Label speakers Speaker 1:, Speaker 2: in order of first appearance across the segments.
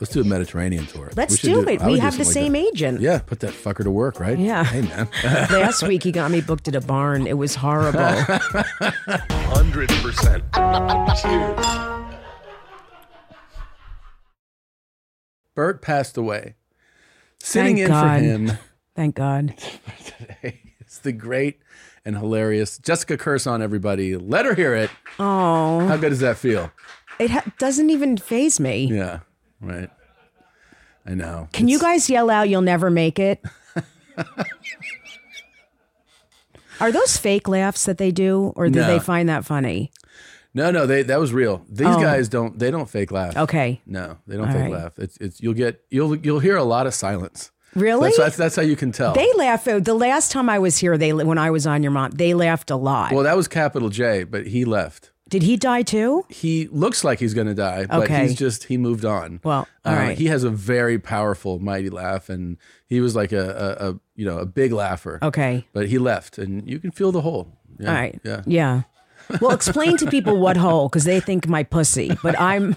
Speaker 1: Let's do a Mediterranean tour.
Speaker 2: Let's
Speaker 1: We should
Speaker 2: do it.
Speaker 1: I would
Speaker 2: We
Speaker 1: do
Speaker 2: have the
Speaker 1: something
Speaker 2: same
Speaker 1: like that.
Speaker 2: agent.
Speaker 1: Yeah, put that fucker to work, right?
Speaker 2: Yeah.
Speaker 1: Hey, man.
Speaker 2: Last week he got me booked at a barn. It was horrible.
Speaker 3: hundred percent.
Speaker 1: Bert passed away. Sitting
Speaker 2: Thank
Speaker 1: in
Speaker 2: God.
Speaker 1: for him
Speaker 2: Thank God.
Speaker 1: today is the great and hilarious Jessica Curson, everybody. Let her hear it.
Speaker 2: Oh,
Speaker 1: How good does that feel?
Speaker 2: it ha- doesn't even phase me.
Speaker 1: Yeah, right. I know.
Speaker 2: Can you guys yell out, you'll never make it? Are those fake laughs that they do, or did
Speaker 1: No.
Speaker 2: they find that funny?
Speaker 1: No, no, they that was real. These
Speaker 2: Oh.
Speaker 1: guys don't they don't fake laugh.
Speaker 2: Okay.
Speaker 1: No, they don't
Speaker 2: All
Speaker 1: fake
Speaker 2: right.
Speaker 1: laugh. It's it's you'll get you'll you'll hear a lot of silence.
Speaker 2: Really?
Speaker 1: That's, that's that's how you can tell.
Speaker 2: They laugh. The last time I was here, they when I was on your mom, they laughed a lot.
Speaker 1: well, that was capital J, but he left.
Speaker 2: did he die too?
Speaker 1: He looks like he's going to die, but
Speaker 2: Okay.
Speaker 1: he's just he moved on. Uh,
Speaker 2: Well, all right.
Speaker 1: He has a very powerful, mighty laugh, and he was like a, a, a you know a big laugher.
Speaker 2: Okay.
Speaker 1: But he left, and you can feel the hole. Yeah,
Speaker 2: All right.
Speaker 1: Yeah.
Speaker 2: Yeah. Well, explain to people what hole because they think my pussy, but I'm.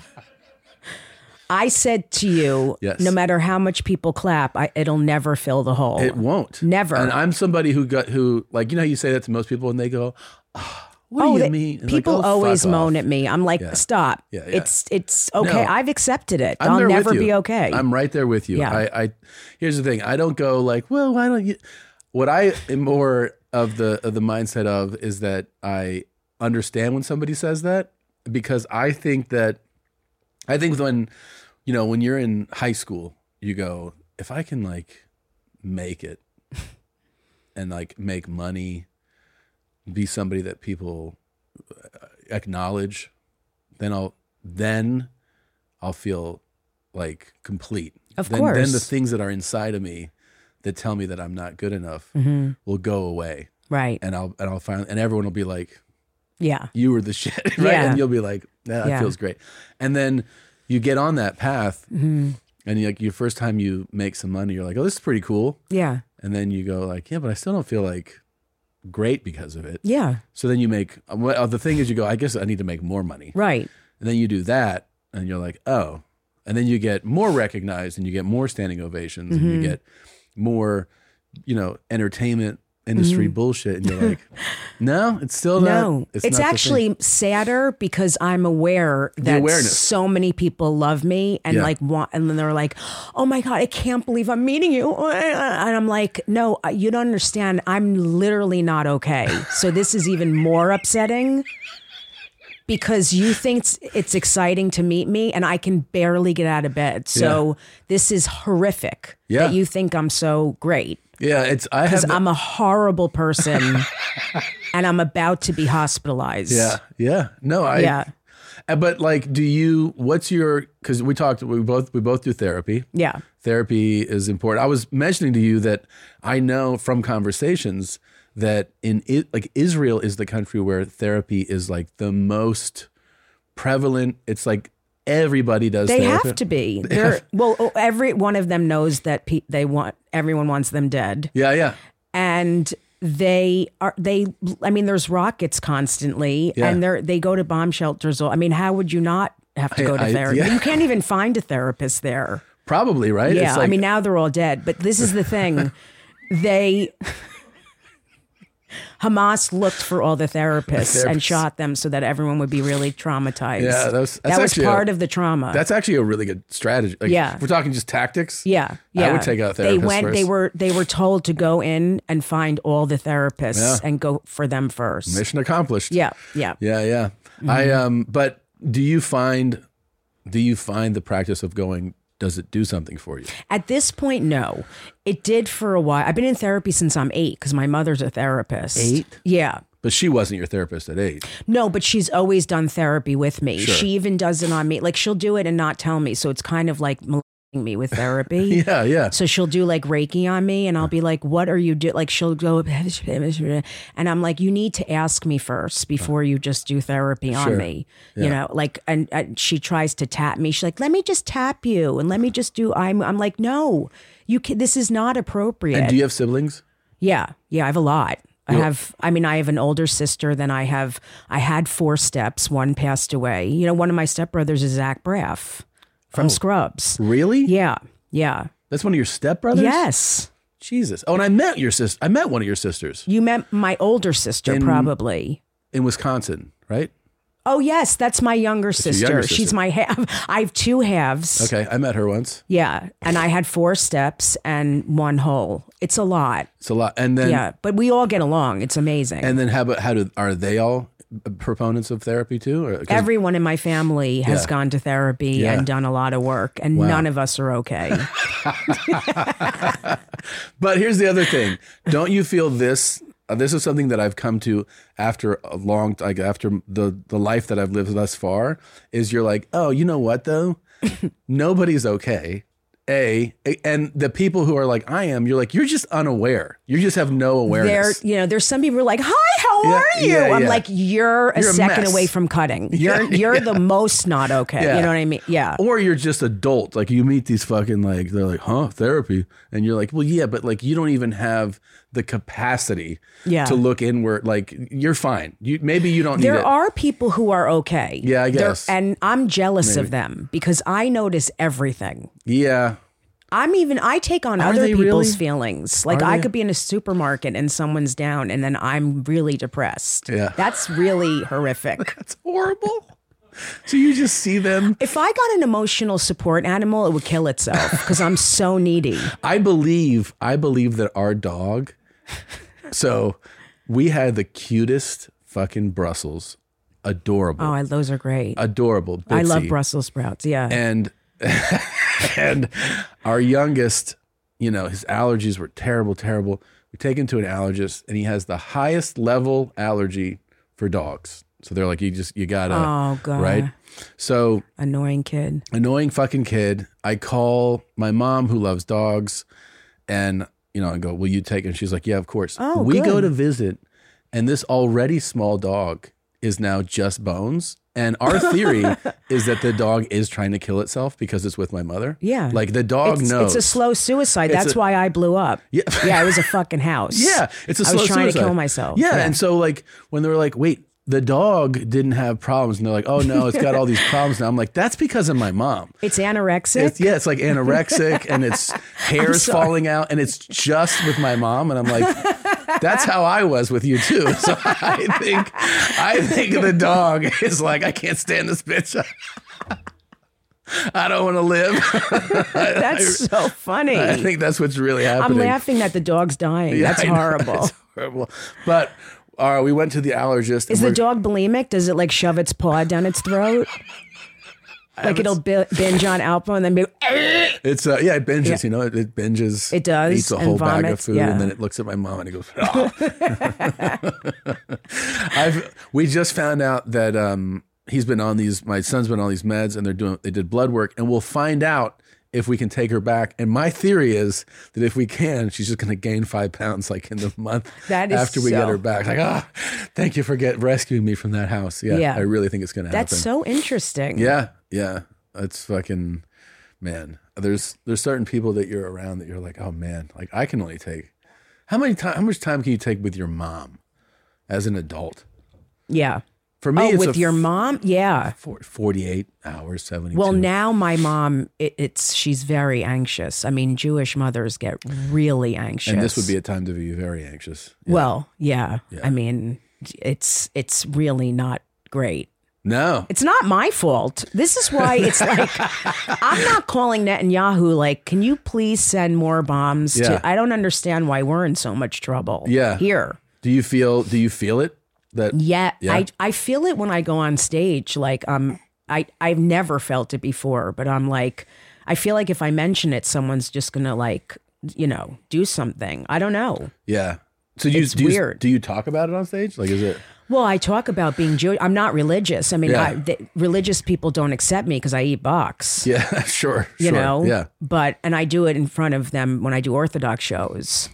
Speaker 2: I said to you,
Speaker 1: Yes.
Speaker 2: no matter how much people clap, I, it'll never fill the hole.
Speaker 1: It won't.
Speaker 2: Never.
Speaker 1: And I'm somebody who got who like you know how you say that to most people and they go, "Ah, "What do you
Speaker 2: they-
Speaker 1: mean?" And like,
Speaker 2: People
Speaker 1: "Oh, fuck
Speaker 2: always
Speaker 1: off."
Speaker 2: moan at me. I'm like, stop.
Speaker 1: Yeah, yeah.
Speaker 2: It's it's okay.
Speaker 1: No.
Speaker 2: I've accepted it.
Speaker 1: I'm
Speaker 2: I'll
Speaker 1: there with
Speaker 2: never
Speaker 1: you.
Speaker 2: be okay.
Speaker 1: I'm right there with you.
Speaker 2: Yeah.
Speaker 1: I, I here's the thing. I don't go like, well, why don't you? What I am more of the of the mindset of is that I understand when somebody says that because I think that I think when you know when you're in high school, you go, if I can like make it and like make money, be somebody that people uh, acknowledge, then I'll then I'll feel like complete.
Speaker 2: Of
Speaker 1: then, Then the
Speaker 2: course.
Speaker 1: things that are inside of me that tell me that I'm not good enough will go away,
Speaker 2: Mm-hmm. right.
Speaker 1: and I'll and I'll finally and everyone will be like,
Speaker 2: Yeah.
Speaker 1: "You were the shit," right?
Speaker 2: Yeah.
Speaker 1: And you'll be like, "Yeah, that
Speaker 2: Yeah.
Speaker 1: feels great." And then you get on that path,
Speaker 2: Mm-hmm.
Speaker 1: and you like your first time you make some money, you're like, "Oh, this is pretty cool,"
Speaker 2: Yeah.
Speaker 1: and then you go like, "Yeah, but I still don't feel like great because of it."
Speaker 2: Yeah.
Speaker 1: So then you make uh, well, the thing is you go, "I guess I need to make more money."
Speaker 2: Right.
Speaker 1: And then you do that, and you're like, oh. And then you get more recognized, and you get more standing ovations, and
Speaker 2: Mm-hmm.
Speaker 1: you get more, you know, entertainment industry bullshit. And you're like, no, it's still
Speaker 2: Mm-hmm. No,
Speaker 1: not.
Speaker 2: it's,
Speaker 1: not the thing."
Speaker 2: actually sadder because I'm aware that
Speaker 1: awareness.
Speaker 2: so many people love me and
Speaker 1: Yeah.
Speaker 2: like want, and then they're like, "Oh my god, I can't believe I'm meeting you," and I'm like, "No, you don't understand. I'm literally not okay. So this is even more upsetting." Because you think it's, it's exciting to meet me, and I can barely get out of bed. So this is horrific
Speaker 1: Yeah.
Speaker 2: that you think I'm so great
Speaker 1: yeah. It's I have
Speaker 2: because I'm a horrible person and I'm about to be hospitalized.
Speaker 1: yeah yeah no I
Speaker 2: Yeah.
Speaker 1: Uh, But like, do you? What's your? Because we talked. We both we both do therapy.
Speaker 2: Yeah.
Speaker 1: therapy is important. I was mentioning to you that I know from conversations that in I- like Israel is the country where therapy is like the most prevalent. It's like everybody does.
Speaker 2: They
Speaker 1: therapy.
Speaker 2: have to be. They're, well, oh, every one of them knows that pe- they want everyone wants them dead,
Speaker 1: Yeah, yeah,
Speaker 2: and they are they. I mean, there's rockets constantly,
Speaker 1: Yeah.
Speaker 2: and they they go to bomb shelters. I mean, how would you not have to
Speaker 1: I-
Speaker 2: go to
Speaker 1: I-
Speaker 2: therapy?
Speaker 1: yeah.
Speaker 2: You can't even find a therapist there.
Speaker 1: probably right.
Speaker 2: Yeah,
Speaker 1: It's like,
Speaker 2: I mean now they're all dead, but this is the thing. they Hamas looked for all the therapists,
Speaker 1: Therapists.
Speaker 2: and shot them so that everyone would be really traumatized.
Speaker 1: Yeah, that was- that's
Speaker 2: that was
Speaker 1: actually a-
Speaker 2: part of the trauma.
Speaker 1: that's actually a really good strategy. Like,
Speaker 2: Yeah.
Speaker 1: if we're talking just tactics.
Speaker 2: yeah, yeah.
Speaker 1: I would take out
Speaker 2: They
Speaker 1: therapist
Speaker 2: went. They
Speaker 1: first.
Speaker 2: were. They were told to go in and find all the therapists
Speaker 1: Yeah.
Speaker 2: and go for them first.
Speaker 1: mission accomplished.
Speaker 2: Yeah, Mm-hmm. yeah,
Speaker 1: yeah, yeah. I um, but do you find, do you find the practice of going? Does it do something for you?
Speaker 2: At this point, no. It did for a while. I've been in therapy since I'm eight because my mother's a therapist.
Speaker 1: Eight?
Speaker 2: Yeah.
Speaker 1: But she wasn't your therapist at eight.
Speaker 2: No, but she's always done therapy with me.
Speaker 1: Sure.
Speaker 2: She even does it on me. Like she'll do it and not tell me. So it's kind of like molesting me with therapy.
Speaker 1: Yeah, yeah.
Speaker 2: So she'll do like Reiki on me, and I'll be like, "What are you do?" Like she'll go, and I'm like, "You need to ask me first before you just do therapy on
Speaker 1: Sure.
Speaker 2: me." You know, like, and, and she tries to tap me. She's like, "Let me just tap you, and let me just do." I'm, I'm like, "No, you can. This is not appropriate."
Speaker 1: And do you have siblings?
Speaker 2: Yeah, yeah, I have a lot. I have, I mean, I have an older sister than I have. I had four steps. One passed away. You know, one of my stepbrothers is Zach Braff. from
Speaker 1: Oh.
Speaker 2: Scrubs.
Speaker 1: Really?
Speaker 2: Yeah, yeah,
Speaker 1: That's one of your stepbrothers?
Speaker 2: yes.
Speaker 1: Jesus. Oh, and I met your sister. I met one of your sisters
Speaker 2: You met my older sister,
Speaker 1: In-
Speaker 2: probably.
Speaker 1: in Wisconsin, right?
Speaker 2: Oh yes, that's my younger
Speaker 1: your
Speaker 2: sister.
Speaker 1: younger
Speaker 2: She's
Speaker 1: sister.
Speaker 2: my half. I have two halves.
Speaker 1: Okay. I met her once.
Speaker 2: Yeah, and I had four steps and one hole. It's a lot.
Speaker 1: It's a lot. And then,
Speaker 2: yeah, but we all get along. It's amazing.
Speaker 1: and then how about, how do, are they all proponents of therapy too? Or, 'cause
Speaker 2: Everyone in my family has
Speaker 1: Yeah.
Speaker 2: gone to therapy
Speaker 1: Yeah.
Speaker 2: and done a lot of work, and
Speaker 1: Wow.
Speaker 2: none of us are okay.
Speaker 1: But here's the other thing. Don't you feel this? uh, this is something that I've come to after a long, like after the the life that I've lived thus far. Is you're like, oh, you know what though? Nobody's okay. A a- and the people who are like I am, you're like you're just unaware. You just have no
Speaker 2: there,
Speaker 1: awareness.
Speaker 2: you know, there's some people who are like, "Hi, how
Speaker 1: Yeah,
Speaker 2: are you?"
Speaker 1: yeah,
Speaker 2: I'm
Speaker 1: yeah.
Speaker 2: like, "You're a
Speaker 1: You're a
Speaker 2: second
Speaker 1: mess.
Speaker 2: away from cutting. You're you're the most not okay."
Speaker 1: Yeah.
Speaker 2: You know what I mean? Yeah.
Speaker 1: Or you're just adult. Like you meet these fucking like they're like, huh, therapy, and you're like, well, yeah, but like you don't even have the capacity
Speaker 2: Yeah.
Speaker 1: to look inward. Like you're fine. You maybe you don't need
Speaker 2: There
Speaker 1: it.
Speaker 2: are people who are okay.
Speaker 1: Yeah, I
Speaker 2: There-
Speaker 1: guess.
Speaker 2: and I'm jealous of them because I notice everything.
Speaker 1: yeah.
Speaker 2: I'm even I take on other
Speaker 1: they
Speaker 2: people's
Speaker 1: really?
Speaker 2: feelings. Like
Speaker 1: Are
Speaker 2: I
Speaker 1: they?
Speaker 2: could be in a supermarket and someone's down and then I'm really depressed.
Speaker 1: Yeah.
Speaker 2: That's really horrific.
Speaker 1: It's horrible. So you just see them.
Speaker 2: If I got an emotional support animal, it would kill itself because I'm so needy.
Speaker 1: I believe, I believe that our dog. So we had the cutest fucking Brussels. Adorable.
Speaker 2: Oh, I, those are great.
Speaker 1: adorable. Bitsy.
Speaker 2: I love Brussels sprouts. Yeah.
Speaker 1: And and our youngest, you know, his allergies were terrible, terrible. We take him to an allergist and he has the highest level allergy for dogs. So they're like, you just you gotta
Speaker 2: oh god.
Speaker 1: uh, right? So
Speaker 2: Annoying kid.
Speaker 1: annoying fucking kid. I call my mom who loves dogs and you know, I go, Will you take him? She's like, Yeah, of course.
Speaker 2: Oh,
Speaker 1: we go
Speaker 2: good.
Speaker 1: to visit and this already small dog is now just bones. And our theory is that the dog is trying to kill itself because it's with my mother.
Speaker 2: Yeah.
Speaker 1: Like the dog
Speaker 2: it's,
Speaker 1: knows.
Speaker 2: it's a slow suicide. That's
Speaker 1: a-
Speaker 2: why I blew up.
Speaker 1: Yeah.
Speaker 2: yeah, it was a fucking house.
Speaker 1: Yeah, it's a
Speaker 2: I
Speaker 1: slow
Speaker 2: was trying
Speaker 1: suicide.
Speaker 2: to kill myself.
Speaker 1: Yeah, and so like when they were like, wait, the dog didn't have problems, and they're like, oh no, it's got all these problems now. I'm like, that's because of my mom.
Speaker 2: it's anorexic.
Speaker 1: It's, yeah, it's like anorexic, and it's hair's
Speaker 2: sorry.
Speaker 1: falling out, and it's just with my mom, and I'm like, that's how I was with you too. So I think, I think the dog is like, I can't stand this bitch. I don't want to live.
Speaker 2: That's so funny.
Speaker 1: I think that's what's really
Speaker 2: I'm
Speaker 1: happening.
Speaker 2: laughing that the dog's dying.
Speaker 1: Yeah,
Speaker 2: That's
Speaker 1: I know.
Speaker 2: horrible.
Speaker 1: It's horrible. But uh, we went to the allergist.
Speaker 2: Is
Speaker 1: and
Speaker 2: the
Speaker 1: we're-
Speaker 2: dog bulimic? Does it like shove its paw down its throat? Like it'll bi- binge on Alpo and then be.
Speaker 1: It's uh, yeah, it binges. You know, it, it binges.
Speaker 2: It does,
Speaker 1: Eats a
Speaker 2: and
Speaker 1: whole bag of
Speaker 2: vomits,
Speaker 1: food,
Speaker 2: yeah.
Speaker 1: and then it looks at my mom and it goes. "Ah." I've we just found out that um, he's been on these. My son's been on these meds, and they're doing. They did blood work, and we'll find out if we can take her back. And my theory is that if we can, she's just going to gain five pounds like in the month
Speaker 2: That is
Speaker 1: after we get
Speaker 2: so-
Speaker 1: her back. Like ah, thank you for get rescuing me from that house. Yeah,
Speaker 2: Yeah.
Speaker 1: I really think it's going to happen.
Speaker 2: That's so interesting.
Speaker 1: Yeah, yeah. It's fucking man. There's there's certain people that you're around that you're like, oh man, like I can only take how many time how much time can you take with your mom as an adult?
Speaker 2: Yeah.
Speaker 1: For me,
Speaker 2: Oh,
Speaker 1: it's
Speaker 2: with
Speaker 1: a
Speaker 2: your mom? Yeah.
Speaker 1: four- 48 hours, 72.
Speaker 2: Well, now my mom, it, it's she's very anxious. I mean, Jewish mothers get really anxious.
Speaker 1: and this would be a time to be very anxious.
Speaker 2: Well, yeah. I mean, it's it's really not great.
Speaker 1: No,
Speaker 2: It's not my fault. This is why it's like I'm not calling Netanyahu like, can you please send more bombs
Speaker 1: Yeah.
Speaker 2: to I don't understand why we're in so much trouble.
Speaker 1: Yeah.
Speaker 2: Here.
Speaker 1: do you feel do you feel it that
Speaker 2: Yet
Speaker 1: Yeah.
Speaker 2: I I feel it when I go on stage. Like um I I've never felt it before, but I'm like I feel like if I mention it, someone's just gonna like, you know, do something. I don't know.
Speaker 1: yeah? So do you,
Speaker 2: It's
Speaker 1: do you
Speaker 2: weird.
Speaker 1: do you talk about it on stage? Like, is it
Speaker 2: Well, I talk about being Jewish. I'm not religious. I mean,
Speaker 1: Yeah.
Speaker 2: I, th- religious people don't accept me because I eat box.
Speaker 1: yeah? sure,
Speaker 2: you
Speaker 1: sure,
Speaker 2: know
Speaker 1: yeah.
Speaker 2: but and i do it in front of them when i do orthodox shows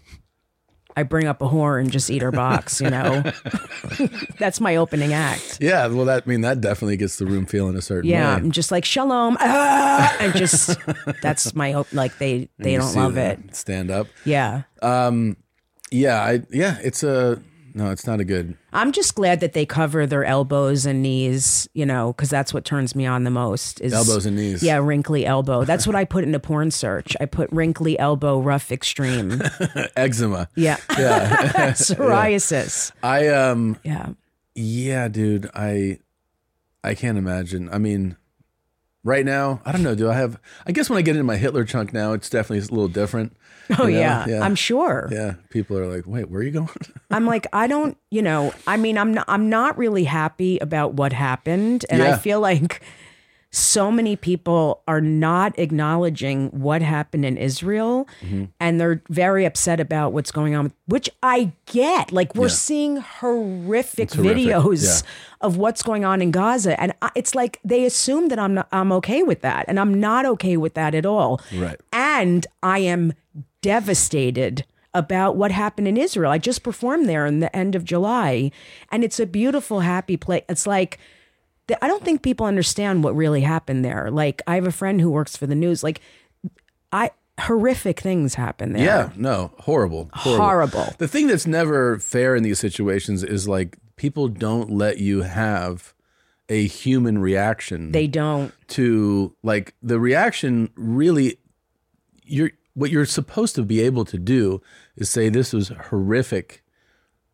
Speaker 2: i bring up a whore and just eat her box you know that's my opening act
Speaker 1: Yeah, well, that I mean that definitely gets the room feeling a certain
Speaker 2: yeah
Speaker 1: way.
Speaker 2: i'm just like shalom ah, and just that's my hope like they they
Speaker 1: You
Speaker 2: don't
Speaker 1: see
Speaker 2: love
Speaker 1: them
Speaker 2: it
Speaker 1: Stand up.
Speaker 2: yeah
Speaker 1: Yeah, I yeah, it's a No, it's not a good.
Speaker 2: I'm just glad that they cover their elbows and knees, you know, because that's what turns me on the most. Is
Speaker 1: Elbows and knees.
Speaker 2: Yeah, wrinkly elbow. That's what I put in a porn search. I put wrinkly elbow, rough extreme.
Speaker 1: Eczema.
Speaker 2: Yeah,
Speaker 1: Yeah.
Speaker 2: psoriasis.
Speaker 1: I um
Speaker 2: Yeah.
Speaker 1: yeah, dude, I I can't imagine. I mean, right now, I don't know, do I have I guess when I get into my Hitler chunk now, it's definitely a little different.
Speaker 2: Oh
Speaker 1: You know?
Speaker 2: yeah.
Speaker 1: Yeah.
Speaker 2: I'm sure.
Speaker 1: Yeah, people are like, "Wait, where are you going?"
Speaker 2: I'm like, I don't, you know, I mean, I'm not, I'm not really happy about what happened, and
Speaker 1: Yeah.
Speaker 2: I feel like so many people are not acknowledging what happened in Israel,
Speaker 1: Mm-hmm.
Speaker 2: and they're very upset about what's going on, which I get. Like we're
Speaker 1: Yeah.
Speaker 2: seeing horrific
Speaker 1: It's horrific.
Speaker 2: videos of what's going on in Gaza, and I, it's like they assume that I'm not, I'm okay with that, and I'm not okay with that at all.
Speaker 1: Right.
Speaker 2: And I am devastated about what happened in Israel. I just performed there in the end of July, and it's a beautiful, happy place. It's like, th- I don't think people understand what really happened there. Like, I have a friend who works for the news. Like, I horrific things happen there.
Speaker 1: Yeah, no, horrible, horrible.
Speaker 2: Horrible.
Speaker 1: The thing that's never fair in these situations is like people don't let you have a human reaction.
Speaker 2: They don't.
Speaker 1: to like the reaction really you're what you're supposed to be able to do is say this was horrific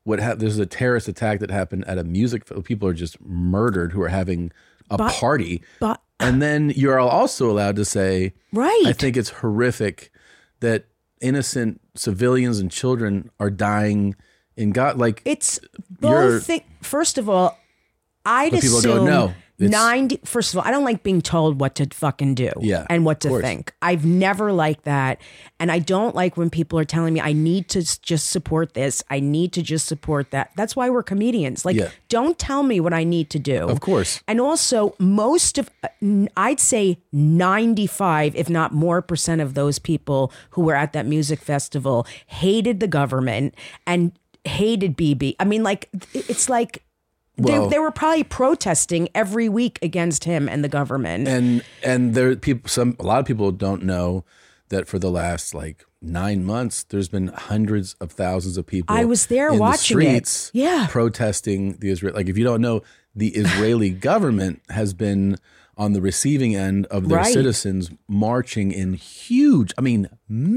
Speaker 1: what hap this is a terrorist attack that happened at a music fe- people are just murdered who are having a
Speaker 2: But-
Speaker 1: party
Speaker 2: But
Speaker 1: and then you're also allowed to say
Speaker 2: right.
Speaker 1: i think it's horrific that innocent civilians and children are dying in god like
Speaker 2: It's
Speaker 1: You're-
Speaker 2: both. Thi- first of all, I'd
Speaker 1: But people don't
Speaker 2: assume
Speaker 1: know. It's-
Speaker 2: ninety. First of all, I don't like being told what to fucking do
Speaker 1: Yeah,
Speaker 2: and what
Speaker 1: of
Speaker 2: to
Speaker 1: course.
Speaker 2: think. I've never liked that, and I don't like when people are telling me I need to s- just support this. I need to just support that. That's why we're comedians. Like,
Speaker 1: Yeah.
Speaker 2: don't tell me what I need to do.
Speaker 1: of course
Speaker 2: And also, most of, uh, I'd say 95, if not more percent of those people who were at that music festival hated the government and hated BB. I mean, like, it's like,
Speaker 1: Well-
Speaker 2: they, they were probably protesting every week against him and the government.
Speaker 1: and and there people some a lot of people don't know that for the last like nine months there's been hundreds of thousands of people
Speaker 2: I was there
Speaker 1: in the
Speaker 2: watching it.
Speaker 1: streets
Speaker 2: Yeah.
Speaker 1: protesting the israel like if you don't know the israeli government has been on the receiving end of their
Speaker 2: Right.
Speaker 1: citizens marching in huge i mean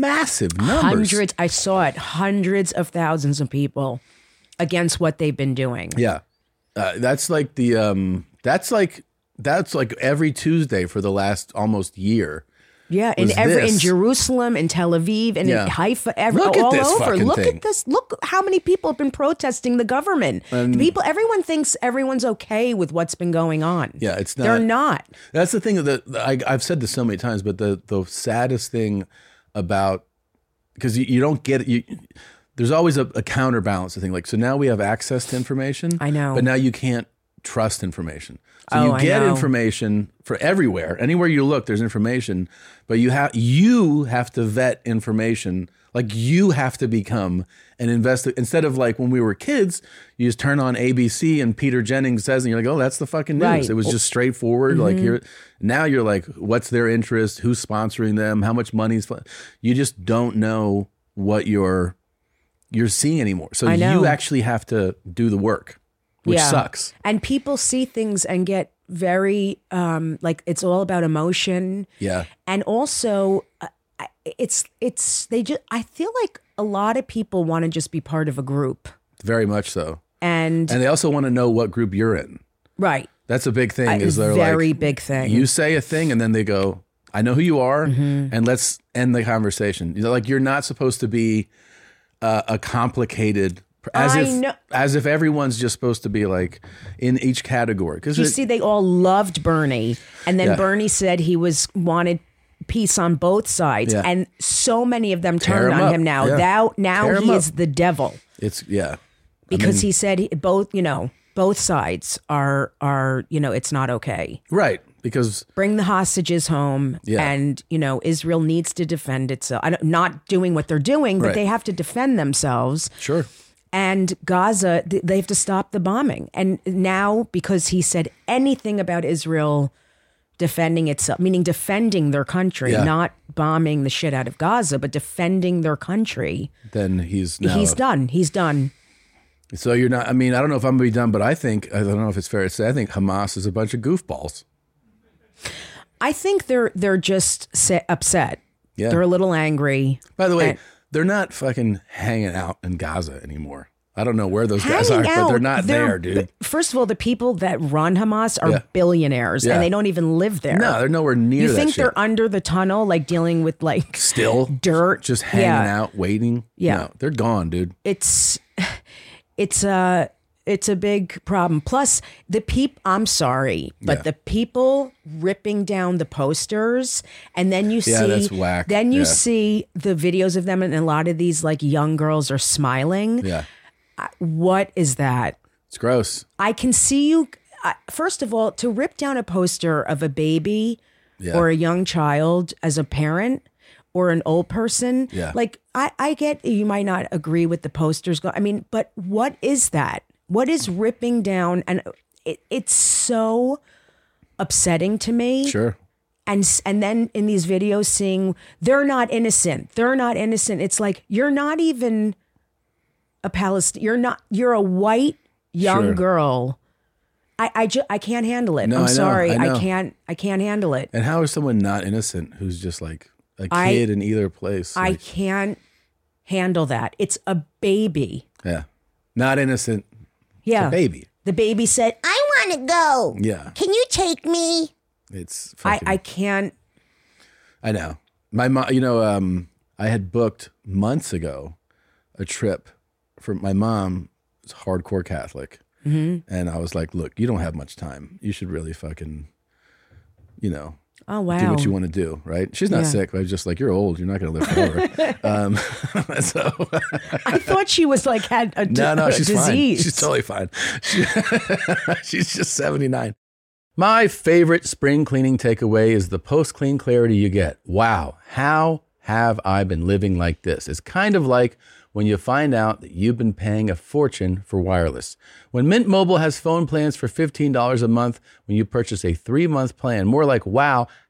Speaker 1: massive numbers
Speaker 2: hundreds, I saw it, hundreds of thousands of people against what they've been doing.
Speaker 1: Yeah, uh, that's like the um, that's like that's like every Tuesday for the last almost year.
Speaker 2: Yeah, in
Speaker 1: was
Speaker 2: every in
Speaker 1: this.
Speaker 2: Jerusalem, in Tel Aviv, and
Speaker 1: Yeah.
Speaker 2: in Haifa, every,
Speaker 1: Look at
Speaker 2: all
Speaker 1: this
Speaker 2: over.
Speaker 1: fucking
Speaker 2: Look
Speaker 1: thing.
Speaker 2: at this. Look how many people have been protesting the government. the people, everyone thinks everyone's okay with what's been going on.
Speaker 1: Yeah, it's
Speaker 2: they're not.
Speaker 1: That's the thing that I, I've said this so many times, but the the saddest thing about because you, you don't get you. There's always a, a counterbalance to thing. Like so now we have access to information.
Speaker 2: I know.
Speaker 1: but now you can't trust information. So
Speaker 2: Oh,
Speaker 1: you
Speaker 2: I
Speaker 1: get
Speaker 2: know.
Speaker 1: information for everywhere, anywhere you look. There's information, but you have you have to vet information. Like you have to become an investor instead of like when we were kids, you just turn on ABC and Peter Jennings says, and you're like, oh, that's the fucking news.
Speaker 2: Right. mm-hmm.
Speaker 1: It was just straightforward. Like here, now you're like, what's their interest? Who's sponsoring them? How much money's? fl- You just don't know what you're you're seeing anymore. So
Speaker 2: I know.
Speaker 1: you actually have to do the work, which
Speaker 2: Yeah.
Speaker 1: sucks.
Speaker 2: And people see things and get very um like it's all about emotion.
Speaker 1: Yeah,
Speaker 2: and also uh, I- it's it's they just I feel like a lot of people want to just be part of a group
Speaker 1: very much so.
Speaker 2: and,
Speaker 1: And they also want to know what group you're in.
Speaker 2: right
Speaker 1: That's a big thing. is they're
Speaker 2: very
Speaker 1: like,
Speaker 2: big thing.
Speaker 1: you say a thing, and then they go, "I know who you are,"
Speaker 2: Mm-hmm.
Speaker 1: and let's end the conversation. You know, like you're not supposed to be uh, a complicated. As
Speaker 2: I
Speaker 1: if,
Speaker 2: know-
Speaker 1: as if everyone's just supposed to be like in each category. Because
Speaker 2: You see, they all loved Bernie, and then
Speaker 1: Yeah.
Speaker 2: Bernie said he was wanted peace on both sides,
Speaker 1: Yeah.
Speaker 2: and so many of them
Speaker 1: Tear
Speaker 2: turned
Speaker 1: him
Speaker 2: on
Speaker 1: up.
Speaker 2: him now.
Speaker 1: Yeah.
Speaker 2: Now, now
Speaker 1: Tear him
Speaker 2: he
Speaker 1: up.
Speaker 2: is the devil
Speaker 1: it's yeah,
Speaker 2: because he said he, both. You know, both sides are are you know it's not okay.
Speaker 1: right. Because
Speaker 2: Bring the hostages home,
Speaker 1: Yeah.
Speaker 2: and you know Israel needs to defend itself. I don't, not doing what they're doing, but
Speaker 1: Right.
Speaker 2: they have to defend themselves.
Speaker 1: sure,
Speaker 2: and Gaza, th- they have to stop the bombing. And now, because he said anything about Israel defending itself, meaning defending their country,
Speaker 1: Yeah.
Speaker 2: not bombing the shit out of Gaza, but defending their country,
Speaker 1: then he's now
Speaker 2: he's done. He's done.
Speaker 1: So you're not. I mean, I don't know if I'm gonna be done, but I think I don't know if it's fair to say. I think Hamas is a bunch of goofballs.
Speaker 2: I think they're they're just sa- upset.
Speaker 1: Yeah.
Speaker 2: They're a little angry.
Speaker 1: By the way,
Speaker 2: And-
Speaker 1: they're not fucking hanging out in Gaza anymore. I don't know where those guys are,
Speaker 2: Hanging out,
Speaker 1: but they're not there, dude.
Speaker 2: but First of all, the people that run Hamas are
Speaker 1: Yeah.
Speaker 2: billionaires
Speaker 1: Yeah.
Speaker 2: and they don't even live there.
Speaker 1: no, they're nowhere near
Speaker 2: you
Speaker 1: that
Speaker 2: think
Speaker 1: shit.
Speaker 2: they're under the tunnel, like dealing with like
Speaker 1: still
Speaker 2: dirt?
Speaker 1: just hanging
Speaker 2: Yeah.
Speaker 1: out, waiting.
Speaker 2: Yeah.
Speaker 1: No, they're gone, dude.
Speaker 2: it's it's a it's a big problem. Plus, the peep. I'm sorry, but
Speaker 1: Yeah.
Speaker 2: the people ripping down the posters, and then you
Speaker 1: Yeah,
Speaker 2: see
Speaker 1: that's whack.
Speaker 2: Then you
Speaker 1: Yeah.
Speaker 2: see the videos of them, and a lot of these like young girls are smiling.
Speaker 1: Yeah,
Speaker 2: What is that?
Speaker 1: it's gross.
Speaker 2: I can see you. I, first of all, to rip down a poster of a baby
Speaker 1: Yeah.
Speaker 2: or a young child as a parent or an old person,
Speaker 1: Yeah.
Speaker 2: like I, I get you might not agree with the posters. Go, I mean, but what is that? What is ripping down? And it, it's so upsetting to me.
Speaker 1: Sure.
Speaker 2: And s- and then in these videos, seeing they're not innocent. They're not innocent. It's like you're not even a Palestinian. You're not. You're a white young
Speaker 1: Sure.
Speaker 2: girl. I I, ju- I can't handle it.
Speaker 1: No, I
Speaker 2: I'm
Speaker 1: know,
Speaker 2: sorry.
Speaker 1: I know.
Speaker 2: can't. I can't handle it.
Speaker 1: And how is someone not innocent who's just like a
Speaker 2: I-
Speaker 1: kid in either place?
Speaker 2: I
Speaker 1: Like,
Speaker 2: can't handle that. It's a baby.
Speaker 1: yeah, not innocent.
Speaker 2: Yeah.
Speaker 1: A baby.
Speaker 2: The baby said, "I want to go.
Speaker 1: Yeah,
Speaker 2: Can you take me?"
Speaker 1: it's.
Speaker 2: I
Speaker 1: Fucking,
Speaker 2: I can't.
Speaker 1: I know. My mom, you know, um, I had booked months ago a trip for my mom is hardcore Catholic,
Speaker 2: Mm-hmm.
Speaker 1: and I was like, "Look, you don't have much time. You should really fucking, you know,
Speaker 2: Oh wow.
Speaker 1: do what you want to do." Right? She's not
Speaker 2: Yeah.
Speaker 1: sick, but I was just like, "You're old. You're not going to live forever." um, so
Speaker 2: I thought she was like had a, d-
Speaker 1: no, no,
Speaker 2: a
Speaker 1: she's fine.
Speaker 2: disease.
Speaker 1: She's totally fine. She- she's just seventy nine. My favorite spring cleaning takeaway is the post clean clarity you get. Wow, how have I been living like this? It's kind of like when you find out that you've been paying a fortune for wireless. When Mint Mobile has phone plans for $15 a month when you purchase a three month plan, more like, wow,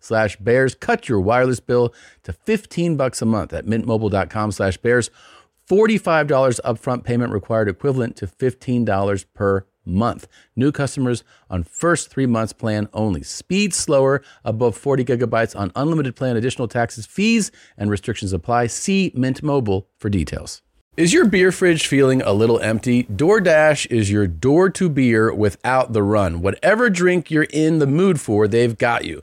Speaker 1: slash bears. Cut your wireless bill to 15 bucks a month at mintmobile.com slash bears. $45 upfront payment required equivalent to $15 per month. New customers on first three months plan only. Speed slower above 40 gigabytes on unlimited plan. Additional taxes, fees, and restrictions apply. See Mint Mobile for details. Is your beer fridge feeling a little empty? DoorDash is your door to beer without the run. Whatever drink you're in the mood for, they've got you.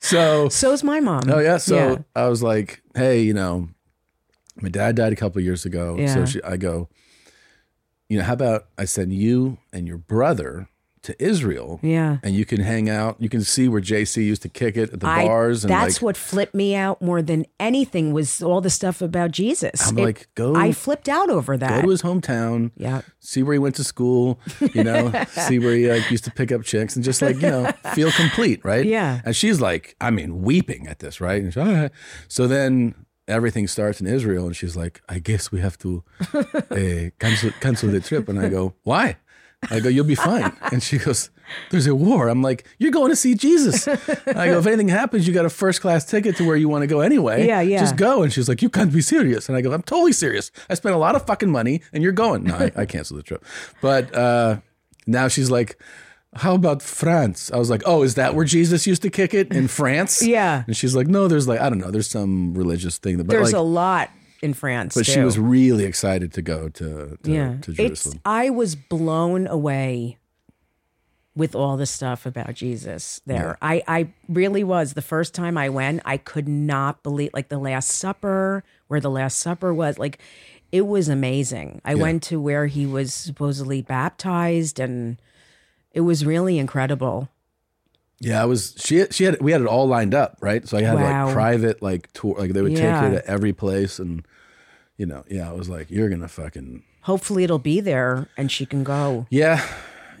Speaker 1: So
Speaker 2: So's my mom.
Speaker 1: Oh yeah. So I was like, hey, you know, my dad died a couple years ago. So
Speaker 2: Yeah.
Speaker 1: she, I go, you know, how about I send you and your brother to Israel,
Speaker 2: yeah.
Speaker 1: and you can hang out. You can see where JC used to kick it at the
Speaker 2: I-
Speaker 1: bars. And
Speaker 2: that's
Speaker 1: like,
Speaker 2: what flipped me out more than anything was all the stuff about Jesus.
Speaker 1: I'm
Speaker 2: It-
Speaker 1: like, go,
Speaker 2: I flipped out over
Speaker 1: go
Speaker 2: that.
Speaker 1: to his hometown.
Speaker 2: yeah.
Speaker 1: See where he went to school, you know, see where he like used to pick up chicks and just like, you know, feel complete, right?
Speaker 2: Yeah.
Speaker 1: And she's like, I mean, weeping at this, right? And she's, "Ah." So then everything starts in Israel, and she's like, I guess we have to eh, uh, cancel cancel the trip. And I go, why? I go, you'll be fine. And she goes, there's a war. I'm like, you're going to see Jesus. I go, if anything happens, you got a first class ticket to where you want to go anyway.
Speaker 2: Yeah, yeah.
Speaker 1: Just go. And she's like, you can't be serious. And I go, I'm totally serious. I spent a lot of fucking money and you're going. No, I, I canceled the trip. But uh, now she's like, how about France? I was like, oh, is that where Jesus used to kick it in France?
Speaker 2: Yeah.
Speaker 1: And she's like, no, there's like, I don't know, there's some religious thing. But
Speaker 2: There's
Speaker 1: like,
Speaker 2: a lot in France.
Speaker 1: but she
Speaker 2: too.
Speaker 1: was really excited to go to, to,
Speaker 2: yeah.
Speaker 1: to
Speaker 2: it's,
Speaker 1: Jerusalem.
Speaker 2: I was blown away with all the stuff about Jesus there. I, I really was. The first time I went, I could not believe like the Last Supper, where the Last Supper was. Like it was amazing. I went to where he was supposedly baptized and it was really incredible.
Speaker 1: Yeah, I was she she had we had it all lined up, right? So I had
Speaker 2: Wow.
Speaker 1: like private like tour like they would
Speaker 2: Yeah.
Speaker 1: take her to every place and you know, yeah, I was like, You're gonna fucking
Speaker 2: Hopefully it'll be there and she can go.
Speaker 1: Yeah,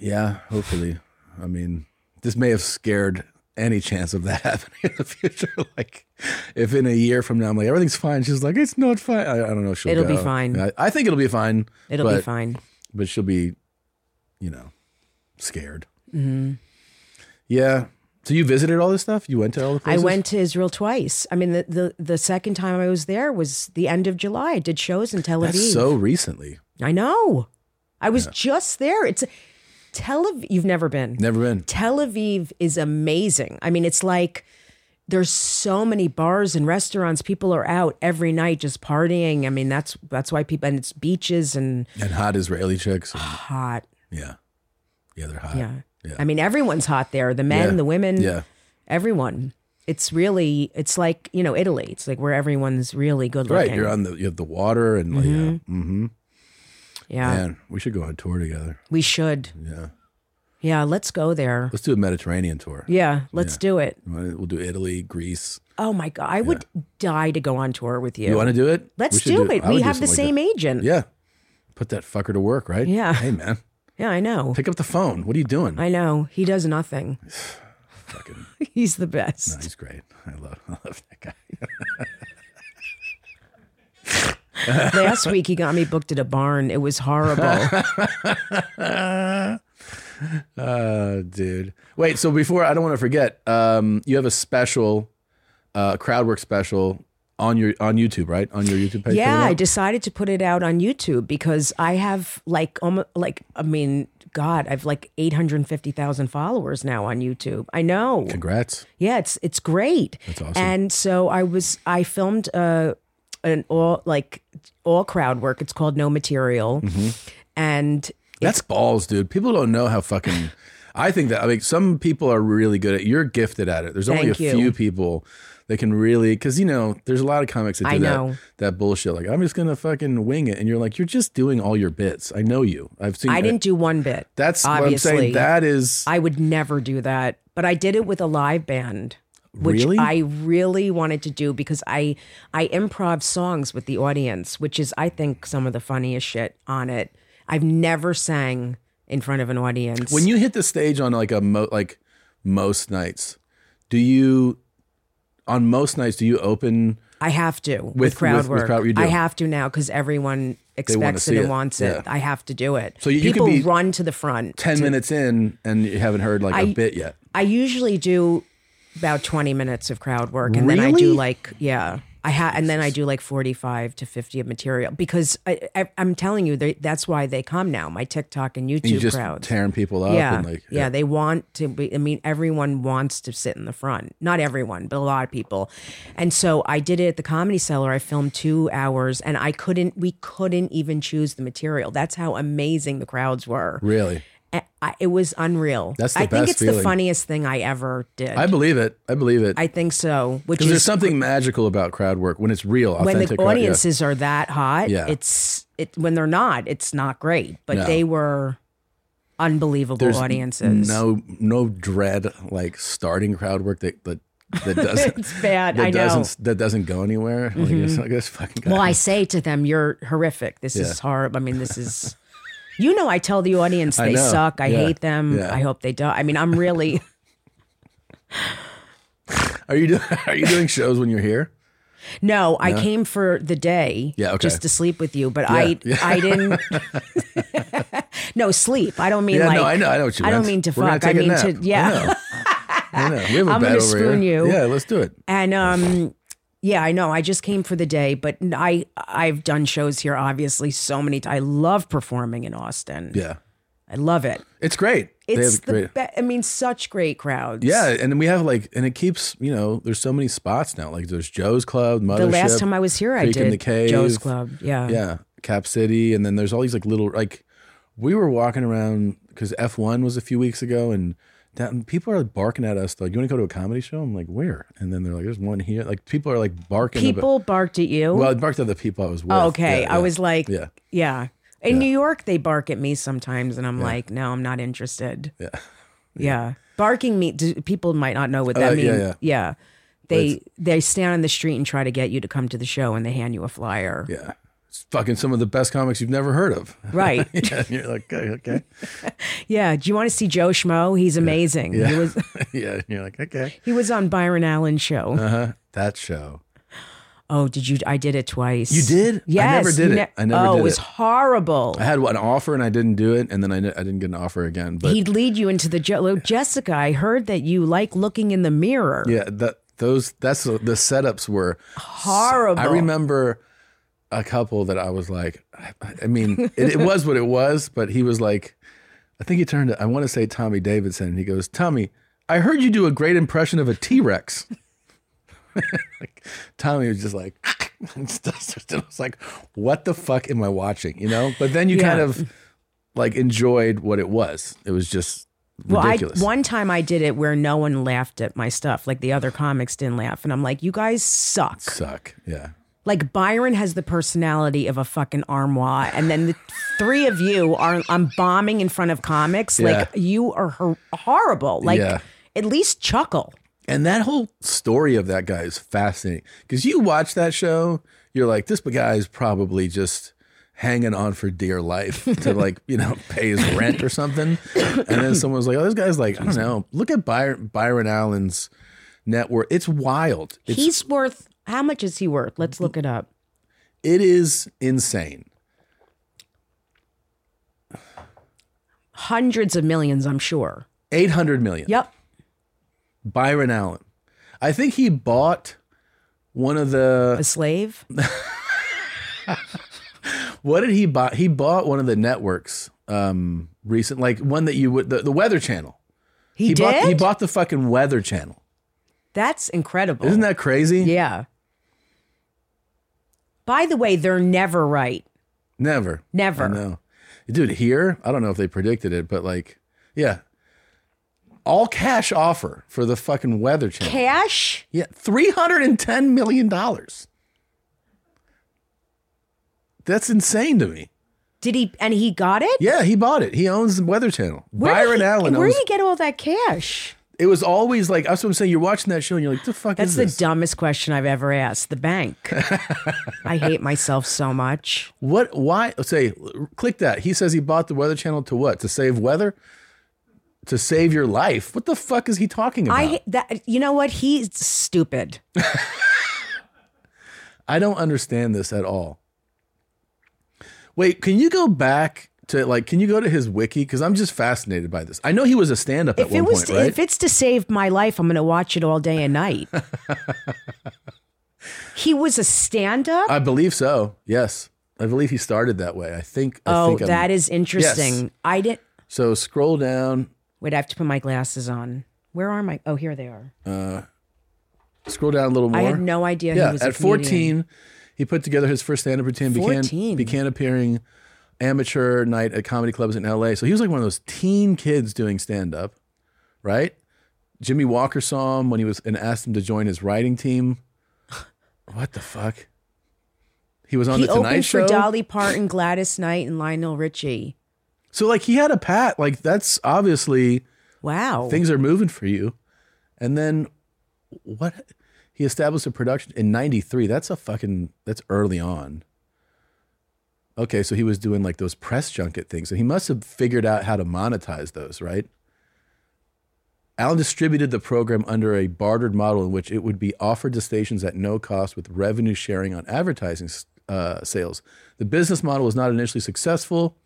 Speaker 1: yeah, hopefully. I mean, this may have scared any chance of that happening in the future. like if in a year from now I'm like, everything's fine, she's like, It's not fine. I, I don't know if she'll
Speaker 2: It'll be
Speaker 1: go.
Speaker 2: fine.
Speaker 1: I, I think it'll be fine.
Speaker 2: It'll be
Speaker 1: but-
Speaker 2: fine.
Speaker 1: But she'll be, you know, scared.
Speaker 2: Mm-hmm.
Speaker 1: Yeah. So you visited all this stuff? You went to all the
Speaker 2: I
Speaker 1: places?
Speaker 2: went to Israel twice. I mean, the, the, the second time I was there was the end of July. I did shows in Tel Aviv.
Speaker 1: That's so recently.
Speaker 2: I know. I was just there. It's Tel Aviv. You've never been.
Speaker 1: Never been.
Speaker 2: Tel Aviv is amazing. I mean, it's like there's so many bars and restaurants. People are out every night just partying. I mean, that's that's why people and it's beaches and
Speaker 1: And hot Israeli chicks. and-
Speaker 2: hot.
Speaker 1: yeah. Yeah, they're hot.
Speaker 2: Yeah.
Speaker 1: Mm. Yeah.
Speaker 2: I mean, everyone's hot there. The men,
Speaker 1: Yeah.
Speaker 2: the women,
Speaker 1: Yeah.
Speaker 2: everyone. It's really it's like, you know, Italy. It's like where everyone's really good
Speaker 1: Right.
Speaker 2: looking.
Speaker 1: You're on the you have the water and like,
Speaker 2: Mm-hmm.
Speaker 1: yeah. hmm
Speaker 2: yeah.
Speaker 1: Man, we should go on tour together.
Speaker 2: We should.
Speaker 1: Yeah.
Speaker 2: Yeah, let's go there.
Speaker 1: Let's do a Mediterranean tour.
Speaker 2: Yeah, let's do it.
Speaker 1: We'll do Italy, Greece.
Speaker 2: Oh my god, I would die to go on tour with you.
Speaker 1: You want to do it?
Speaker 2: Let's
Speaker 1: We should
Speaker 2: do it.
Speaker 1: I
Speaker 2: We
Speaker 1: would do
Speaker 2: have the
Speaker 1: something
Speaker 2: same
Speaker 1: like
Speaker 2: agent.
Speaker 1: that. Yeah. Put that fucker to work, right?
Speaker 2: Yeah.
Speaker 1: Hey man,
Speaker 2: Yeah, I know.
Speaker 1: pick up the phone. What are you doing?
Speaker 2: I know. He does nothing.
Speaker 1: Fucking,
Speaker 2: He's the best.
Speaker 1: he's great. I love, I love that guy.
Speaker 2: Last week he got me booked at a barn. It was horrible.
Speaker 1: Uh, dude. Wait, so before I don't want to forget, um, you have a special, uh, crowd work special on your on YouTube, right? On your YouTube page.
Speaker 2: yeah,
Speaker 1: coming
Speaker 2: I
Speaker 1: up?
Speaker 2: decided to put it out on YouTube because I have like almost like I mean, God, I've like eight hundred fifty thousand followers now on YouTube. I know.
Speaker 1: Congrats.
Speaker 2: Yeah, it's it's great.
Speaker 1: That's awesome.
Speaker 2: And so I was I filmed uh an all like all crowd work. It's called No Material,
Speaker 1: Mm-hmm.
Speaker 2: and
Speaker 1: That's balls, dude. People don't know how fucking. I think that I mean, some people are really good at. You're gifted at it. There's only
Speaker 2: Thank
Speaker 1: a
Speaker 2: you.
Speaker 1: few people that can really, because you know, there's a lot of comics that do
Speaker 2: I
Speaker 1: that
Speaker 2: know.
Speaker 1: that bullshit. Like, I'm just gonna fucking wing it, and you're like, you're just doing all your bits. I know you. I've seen.
Speaker 2: I didn't do one bit.
Speaker 1: That's
Speaker 2: obviously.
Speaker 1: what I'm saying. That is
Speaker 2: I would never do that, but I did it with a live band, which
Speaker 1: Really?
Speaker 2: I really wanted to do because I I improv songs with the audience, which is I think some of the funniest shit on it. I've never sang in front of an audience.
Speaker 1: when you hit the stage on like a mo- like most nights. Do you on most nights do you open?
Speaker 2: I have to with,
Speaker 1: With-
Speaker 2: crowd
Speaker 1: with- with
Speaker 2: work.
Speaker 1: crowd- you do.
Speaker 2: I have to now because everyone expects
Speaker 1: see
Speaker 2: it and
Speaker 1: it.
Speaker 2: wants it.
Speaker 1: Yeah.
Speaker 2: I have to do it.
Speaker 1: So you- you could
Speaker 2: people
Speaker 1: be
Speaker 2: run to the front.
Speaker 1: Ten minutes in, and you haven't heard like a
Speaker 2: I-
Speaker 1: bit yet.
Speaker 2: I usually do about twenty minutes of crowd work, and then I do
Speaker 1: Really?
Speaker 2: like yeah. I ha- and then I do like 45 to 50 of material because I, I, I'm telling you, they- that's why they come now. My TikTok and YouTube
Speaker 1: You just
Speaker 2: crowds.
Speaker 1: tearing people up
Speaker 2: yeah.
Speaker 1: and like
Speaker 2: yeah. They want to be, I mean, everyone wants to sit in the front. Not everyone, but a lot of people. And so I did it at the Comedy Cellar. I filmed two hours and I couldn't, we couldn't even choose the material. That's how amazing the crowds were.
Speaker 1: really.
Speaker 2: I, I- it was unreal.
Speaker 1: That's the
Speaker 2: I think
Speaker 1: best
Speaker 2: it's the
Speaker 1: feeling.
Speaker 2: funniest thing I ever did.
Speaker 1: I believe it. I believe it.
Speaker 2: I think so. Which
Speaker 1: Because
Speaker 2: is
Speaker 1: there's something magical about crowd work when it's real,
Speaker 2: when
Speaker 1: authentic.
Speaker 2: the
Speaker 1: crowd- yeah.
Speaker 2: audiences are that hot,
Speaker 1: Yeah.
Speaker 2: it's it when they're not, it's not great. But
Speaker 1: No.
Speaker 2: they were unbelievable
Speaker 1: There's
Speaker 2: audiences.
Speaker 1: No, no dread like starting crowd work that that that doesn't
Speaker 2: it's bad. I
Speaker 1: that
Speaker 2: know. Mm-hmm.
Speaker 1: doesn't that doesn't go anywhere. Like, it's like this fucking guy.
Speaker 2: Well, I say to them, "You're horrific. This is horrible. I mean, this is." You know, I tell the audience
Speaker 1: I
Speaker 2: they
Speaker 1: know.
Speaker 2: suck. I
Speaker 1: Yeah.
Speaker 2: hate them.
Speaker 1: Yeah.
Speaker 2: I hope they die. I mean, I'm really.
Speaker 1: are you doing are you doing shows when you're here?
Speaker 2: No, I came for the day
Speaker 1: Yeah, okay.
Speaker 2: just to sleep with you, but I
Speaker 1: Yeah.
Speaker 2: I didn't No, sleep. I don't mean
Speaker 1: Yeah,
Speaker 2: like.
Speaker 1: no, I know, I know what you
Speaker 2: I
Speaker 1: meant.
Speaker 2: don't mean to
Speaker 1: We're gonna
Speaker 2: fuck. I
Speaker 1: take a
Speaker 2: mean
Speaker 1: nap.
Speaker 2: to. Yeah.
Speaker 1: I know. I know. We have a
Speaker 2: I'm
Speaker 1: bed
Speaker 2: gonna
Speaker 1: over
Speaker 2: spoon
Speaker 1: here.
Speaker 2: you.
Speaker 1: Yeah, let's do it.
Speaker 2: and um yeah i know i just came for the day but i i've done shows here obviously so many times i love performing in austin
Speaker 1: Yeah,
Speaker 2: i love it
Speaker 1: it's great. They
Speaker 2: it's
Speaker 1: have
Speaker 2: the be- i mean such great crowds
Speaker 1: Yeah, and then we have like, and it keeps, you know, there's so many spots now. Like there's Joe's Club, Mothership.
Speaker 2: the last time i was here i
Speaker 1: Creek in
Speaker 2: did
Speaker 1: the Cave.
Speaker 2: joe's club yeah
Speaker 1: yeah, Cap City, and then there's all these like little like, we were walking around because F1 was a few weeks ago, and down, people are barking at us like, "You want to go to a comedy show?" I'm like, "Where?" And then they're like, "There's one here." Like people are like barking. about-
Speaker 2: people barked at you
Speaker 1: well, it barked at the people I was with.
Speaker 2: Oh, okay
Speaker 1: Yeah,
Speaker 2: i
Speaker 1: yeah.
Speaker 2: was like
Speaker 1: Yeah.
Speaker 2: yeah, in new york they bark at me sometimes and i'm like no i'm not interested yeah yeah, barking me do, people might not know what that
Speaker 1: Uh,
Speaker 2: means
Speaker 1: yeah,
Speaker 2: yeah,
Speaker 1: yeah.
Speaker 2: They they stand on the street and try to get you to come to the show, and they hand you a flyer.
Speaker 1: yeah. It's fucking some of the best comics you've never heard of.
Speaker 2: Right.
Speaker 1: yeah, and you're like, okay, okay.
Speaker 2: Yeah. Do you want to see Joe Schmo? He's amazing. He was
Speaker 1: yeah, and you're like, okay.
Speaker 2: he was on Byron Allen's show.
Speaker 1: Uh-huh. That show.
Speaker 2: oh, did you? I did it twice.
Speaker 1: You did? I
Speaker 2: Yes.
Speaker 1: never did
Speaker 2: you
Speaker 1: it. I never
Speaker 2: oh,
Speaker 1: did
Speaker 2: it was
Speaker 1: it.
Speaker 2: horrible.
Speaker 1: I had an offer and I didn't do it, and then I, I didn't get an offer again. But
Speaker 2: He'd lead you into the Joe. Jessica, I heard that you like looking in the mirror.
Speaker 1: yeah, that those that's the setups were.
Speaker 2: Horrible.
Speaker 1: I remember a couple that I was like, I, I mean, it, it was what it was, but he was like, I think he turned to I want to say Tommy Davidson, and he goes, Tommy, I heard you do a great impression of a T Rex. like, Tommy was just like. and stuff. I was like, "What the fuck am I watching?" You know. But then you
Speaker 2: Yeah.
Speaker 1: kind of like enjoyed what it was. It was just ridiculous.
Speaker 2: Well, I, one time I did it where no one laughed at my stuff. Like the other comics didn't laugh. And I'm like, you guys suck.
Speaker 1: suck. Yeah.
Speaker 2: Like Byron has the personality of a fucking armoire. And then the three of you are, I'm bombing in front of comics. Like
Speaker 1: Yeah.
Speaker 2: you are hor- horrible. Like
Speaker 1: Yeah.
Speaker 2: at least chuckle.
Speaker 1: And that whole story of that guy is fascinating because you watch that show, you're like, this guy is probably just hanging on for dear life to like, you know, pay his rent or something. And then someone's like, oh, this guy's like, I don't know, look at Byron, Byron Allen's net worth. It's wild. It's,
Speaker 2: He's worth, how much is he worth? Let's look it up.
Speaker 1: it is insane.
Speaker 2: Hundreds of millions, I'm sure.
Speaker 1: 800 million.
Speaker 2: Yep.
Speaker 1: Byron Allen. I think he bought one of the
Speaker 2: A slave?
Speaker 1: What did he buy? He bought one of the networks um recent like one that you would the, the Weather Channel.
Speaker 2: He, did?
Speaker 1: bought he bought the fucking Weather Channel.
Speaker 2: That's incredible.
Speaker 1: Isn't that crazy?
Speaker 2: Yeah. By the way, they're never right.
Speaker 1: Never.
Speaker 2: Never.
Speaker 1: I know. Dude, here, I don't know if they predicted it, but like, yeah. All cash offer for the fucking Weather Channel.
Speaker 2: Cash?
Speaker 1: yeah, $310 million. That's insane to me.
Speaker 2: Did he? And he got it.
Speaker 1: Yeah, he bought it. He owns the Weather Channel.
Speaker 2: Where did
Speaker 1: Byron
Speaker 2: he-
Speaker 1: Allen
Speaker 2: Where
Speaker 1: owns
Speaker 2: did he get all that cash?
Speaker 1: it was always like that's what I'm saying. You're watching that show and you're like, the fuck
Speaker 2: That's
Speaker 1: is
Speaker 2: the
Speaker 1: this?
Speaker 2: dumbest question I've ever asked. The bank. I hate myself so much.
Speaker 1: what? Why? Say, click that. He says he bought the Weather Channel to what? To save weather? To save your life? What the fuck is he talking about?
Speaker 2: I
Speaker 1: I,
Speaker 2: hate that. You know what? He's stupid.
Speaker 1: don't understand this at all. Wait, can you go back to like? Can you go to his wiki? Because I'm just fascinated by this. I know he was a stand-up at
Speaker 2: If it
Speaker 1: one
Speaker 2: was,
Speaker 1: point,
Speaker 2: to,
Speaker 1: right?
Speaker 2: if it's to save my life, I'm going to watch it all day and night. he was a stand-up.
Speaker 1: I believe so. Yes, I believe he started that way. I think. I
Speaker 2: oh,
Speaker 1: think I'm-
Speaker 2: that is interesting. I didn't.
Speaker 1: So scroll down.
Speaker 2: Wait, I have to put my glasses on. Where are my? Oh, here they are.
Speaker 1: Scroll down a little more.
Speaker 2: I had no idea.
Speaker 1: yeah,
Speaker 2: he was a
Speaker 1: at
Speaker 2: comedian.
Speaker 1: 14, he put together his first stand-up routine. Began
Speaker 2: 14.
Speaker 1: began appearing amateur night at comedy clubs in L.A. So he was like one of those teen kids doing stand-up, right? Jimmy Walker saw him when he was and asked him to join his writing team. What the fuck? He was on
Speaker 2: He
Speaker 1: the Tonight
Speaker 2: opened
Speaker 1: Show.
Speaker 2: for Dolly Parton, Gladys Knight, and Lionel Richie.
Speaker 1: so like he had a pat. Like that's obviously
Speaker 2: Wow.
Speaker 1: things are moving for you. And then what? He established a production in '93. That's a fucking that's early on. Okay, so he was doing like those press junket things, and he must have figured out how to monetize those, right? Allen distributed the program under a bartered model in which it would be offered to stations at no cost with revenue sharing on advertising uh, sales. The business model was not initially successful.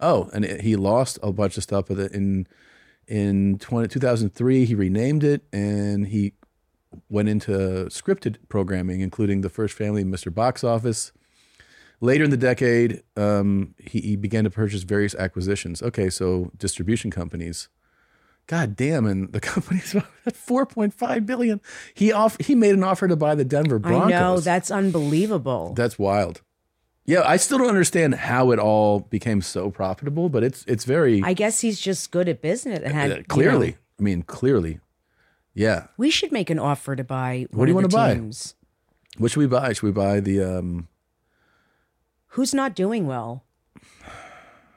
Speaker 1: oh, and it, he lost a bunch of stuff with it in in 20, 2003. He renamed it and he went into scripted programming, including the first family, Mr. Box Office. Later in the decade, um, he, he began to purchase various acquisitions. Okay, so distribution companies. God damn, and the company's at four point five billion. He off he made an offer to buy the Denver Broncos.
Speaker 2: I know that's unbelievable.
Speaker 1: That's wild. Yeah, I still don't understand how it all became so profitable, but it's it's very
Speaker 2: I guess he's just good at business. And had,
Speaker 1: uh,
Speaker 2: you know,
Speaker 1: clearly. I mean, clearly. Yeah.
Speaker 2: we should make an offer to buy.
Speaker 1: What do you
Speaker 2: want
Speaker 1: wanna
Speaker 2: to
Speaker 1: buy? What should we buy? Should we buy the um
Speaker 2: Who's not doing well?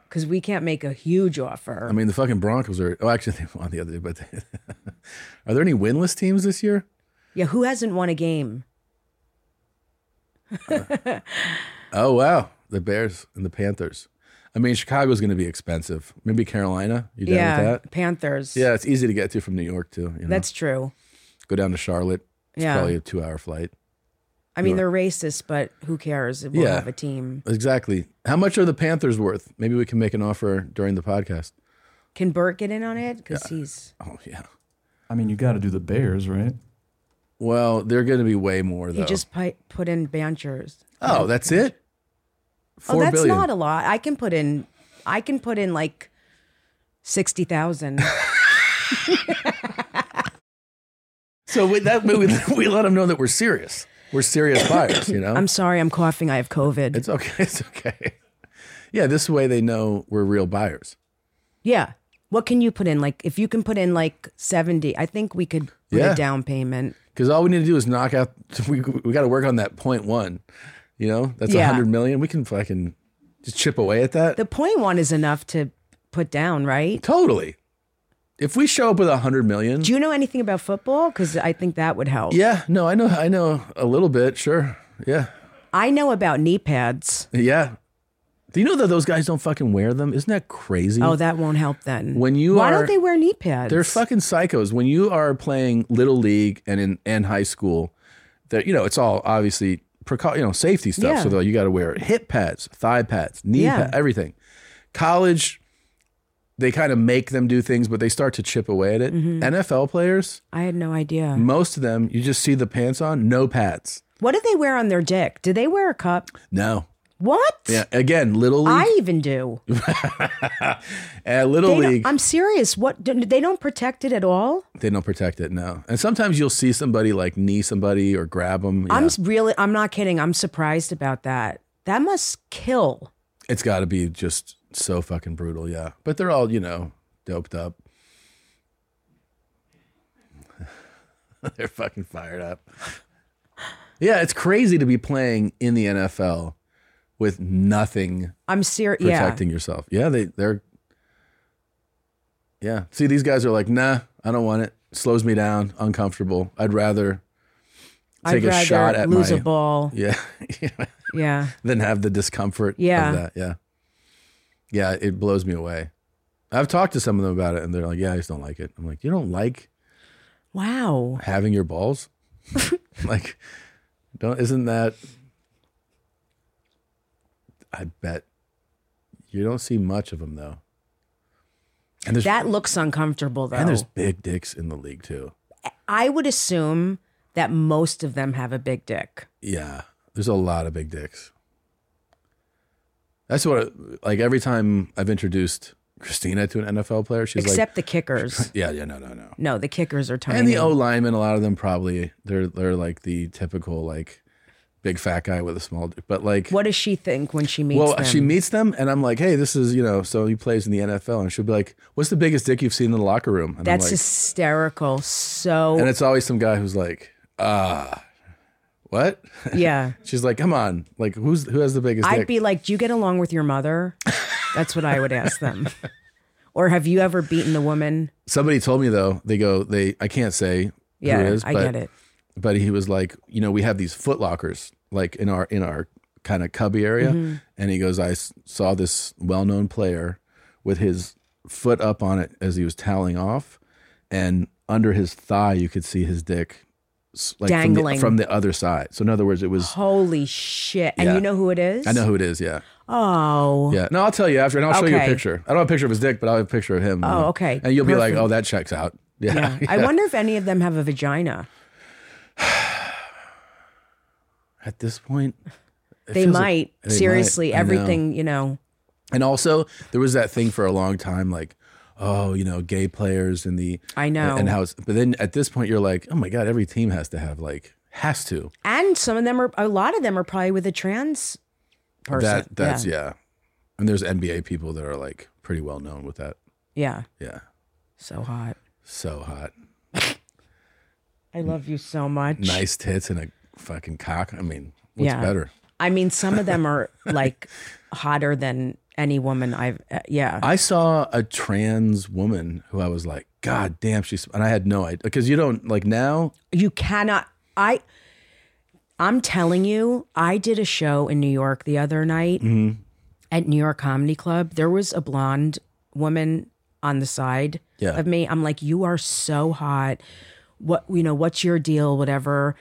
Speaker 2: Because we can't make a huge offer.
Speaker 1: I mean the fucking Broncos are oh actually they won the other day, but they, are there any winless teams this year?
Speaker 2: yeah, who hasn't won a game?
Speaker 1: Oh wow. The Bears and the Panthers. I mean Chicago's gonna be expensive. Maybe Carolina. You down
Speaker 2: yeah,
Speaker 1: with that?
Speaker 2: Panthers.
Speaker 1: Yeah, it's easy to get to from New York too. You know?
Speaker 2: that's true.
Speaker 1: go down to Charlotte. It's
Speaker 2: Yeah.
Speaker 1: probably a two hour flight.
Speaker 2: I mean, they're racist, but who cares? We'll
Speaker 1: Yeah.
Speaker 2: have a team.
Speaker 1: Exactly. How much are the Panthers worth? Maybe we can make an offer during the podcast.
Speaker 2: Can Bert get in on it? Because he's
Speaker 1: Oh yeah.
Speaker 4: I mean, you got to do the Bears, right?
Speaker 1: Well, they're going to be way more though.
Speaker 2: he just pi- put in Banchers.
Speaker 1: oh, that's it.
Speaker 2: Oh,
Speaker 1: Four billion.
Speaker 2: that's not a lot. I can put in. I can put in like sixty thousand.
Speaker 1: so with that, we, we let them know that we're serious. We're serious buyers. You know,
Speaker 2: I'm sorry, I'm coughing. I have COVID.
Speaker 1: it's okay. It's okay. Yeah, this way they know we're real buyers.
Speaker 2: yeah. What can you put in? Like, if you can put in like seventy, I think we could put
Speaker 1: Yeah.
Speaker 2: a down payment.
Speaker 1: Because all we need to do is knock out. We we got to work on that point one. You know, that's a
Speaker 2: Yeah.
Speaker 1: hundred million. We can fucking just chip away at that.
Speaker 2: The point one is enough to put down, right?
Speaker 1: Totally. If we show up with a hundred million,
Speaker 2: Do you know anything about football? Because I think that would help.
Speaker 1: yeah, no, I know, I know a little bit, sure, yeah,
Speaker 2: I know about knee pads.
Speaker 1: yeah. Do you know that those guys don't fucking wear them? Isn't that crazy?
Speaker 2: Oh, that won't help then.
Speaker 1: When you
Speaker 2: why
Speaker 1: are-
Speaker 2: don't they wear knee pads?
Speaker 1: They're fucking psychos. When you are playing little league and in and high school, that you know it's all obviously precau- you know safety stuff.
Speaker 2: Yeah.
Speaker 1: So though you got to wear hip pads, thigh pads, knee
Speaker 2: Yeah.
Speaker 1: pads, everything. College, they kind of make them do things, but they start to chip away at it.
Speaker 2: Mm-hmm.
Speaker 1: NFL players,
Speaker 2: I had no idea.
Speaker 1: most of them, you just see the pants on, no pads.
Speaker 2: What do they wear on their dick? Do they wear a cup?
Speaker 1: No.
Speaker 2: What?
Speaker 1: Yeah. Again, little league.
Speaker 2: I even do.
Speaker 1: uh, little
Speaker 2: They don't-
Speaker 1: league.
Speaker 2: I'm serious. What do- they don't protect it at all.
Speaker 1: they don't protect it. No. And sometimes you'll see somebody like knee somebody or grab them.
Speaker 2: I'm s- really. I'm not kidding. I'm surprised about that. That must kill.
Speaker 1: It's got to be just so fucking brutal. Yeah. But they're all, you know, doped up. they're fucking fired up. Yeah. It's crazy to be playing in the NFL with nothing
Speaker 2: I'm serious. Yeah.
Speaker 1: protecting yourself. Yeah, they they're Yeah. See, these guys are like, nah, I don't want it. Slows me down, uncomfortable. I'd rather
Speaker 2: I'd
Speaker 1: take a
Speaker 2: rather
Speaker 1: shot at
Speaker 2: lose
Speaker 1: my-
Speaker 2: a ball.
Speaker 1: yeah
Speaker 2: Yeah.
Speaker 1: than have the discomfort
Speaker 2: Yeah.
Speaker 1: of that. Yeah. Yeah, it blows me away. I've talked to some of them about it and they're like, Yeah, I just don't like it. I'm like, You don't like
Speaker 2: Wow.
Speaker 1: having your balls? like, don't isn't that I bet you don't see much of them though. And there's
Speaker 2: That looks uncomfortable though.
Speaker 1: and there's big dicks in the league too.
Speaker 2: I would assume that most of them have a big dick.
Speaker 1: Yeah, there's a lot of big dicks. That's what like every time I've introduced Christina to an NFL player, she's
Speaker 2: Except the kickers.
Speaker 1: like, yeah, yeah, no, no, no.
Speaker 2: No, the kickers are tiny.
Speaker 1: And the O linemen, a lot of them probably they're they're like the typical like big fat guy with a small, d- but like
Speaker 2: what does she think when she meets
Speaker 1: well,
Speaker 2: them?
Speaker 1: she meets them, and I'm like, hey, this is you know, so he plays in the NFL, and she'll be like, what's the biggest dick you've seen in the locker room? And I'm
Speaker 2: That's
Speaker 1: like,
Speaker 2: hysterical. So
Speaker 1: and it's always some guy who's like, ah, what?
Speaker 2: yeah.
Speaker 1: She's like, come on, like who's who has the biggest?
Speaker 2: I'd
Speaker 1: dick?
Speaker 2: be like, "Do you get along with your mother?" That's what I would ask them. or have you ever beaten the woman?
Speaker 1: Somebody told me though, they go, they I can't say
Speaker 2: Yeah,
Speaker 1: who it is,
Speaker 2: I
Speaker 1: but,
Speaker 2: get it.
Speaker 1: But he was like, you know, we have these foot lockers like in our in our kind of cubby area.
Speaker 2: Mm-hmm.
Speaker 1: And he goes, I s- saw this well known player with his foot up on it as he was toweling off, and under his thigh you could see his dick s- like
Speaker 2: Dangling.
Speaker 1: from the, from the other side. So in other words, it was.
Speaker 2: Holy shit. And
Speaker 1: Yeah.
Speaker 2: you know who it is?
Speaker 1: I know who it is. Yeah,
Speaker 2: Oh.
Speaker 1: yeah. No, I'll tell you after, and I'll show you a
Speaker 2: Okay.
Speaker 1: picture. I don't have a picture of his dick, but I'll have a picture of him.
Speaker 2: Oh, okay.
Speaker 1: And you'll be like,
Speaker 2: Perfect.
Speaker 1: "Oh, that checks out." Yeah.
Speaker 2: I wonder if any of them have a vagina.
Speaker 1: At this point, it
Speaker 2: They
Speaker 1: feels like-
Speaker 2: might.
Speaker 1: they might.
Speaker 2: Seriously,
Speaker 1: I know.
Speaker 2: everything, you know.
Speaker 1: And also, there was that thing for a long time, like, oh, you know, gay players and the
Speaker 2: I know.
Speaker 1: and how. It's, but then at this point, you're like, oh my god, every team has to have like has to
Speaker 2: And some of them are, a lot of them are probably with a trans person.
Speaker 1: that that's yeah. And there's NBA people that are like pretty well known with that.
Speaker 2: Yeah.
Speaker 1: Yeah,
Speaker 2: So hot.
Speaker 1: so hot,
Speaker 2: I love you so much.
Speaker 1: nice tits and a fucking cock. I mean, what's
Speaker 2: Yeah.
Speaker 1: better?
Speaker 2: I mean, some of them are like hotter than any woman I've, uh, yeah.
Speaker 1: I saw a trans woman who I was like, God damn, she's and I had no idea because you don't like now.
Speaker 2: You cannot. I. I'm telling you, I did a show in New York the other night
Speaker 1: Mm-hmm.
Speaker 2: at New York Comedy Club. There was a blonde woman on the side
Speaker 1: Yeah.
Speaker 2: of me. I'm like, you are so hot. What you know? What's your deal? Whatever.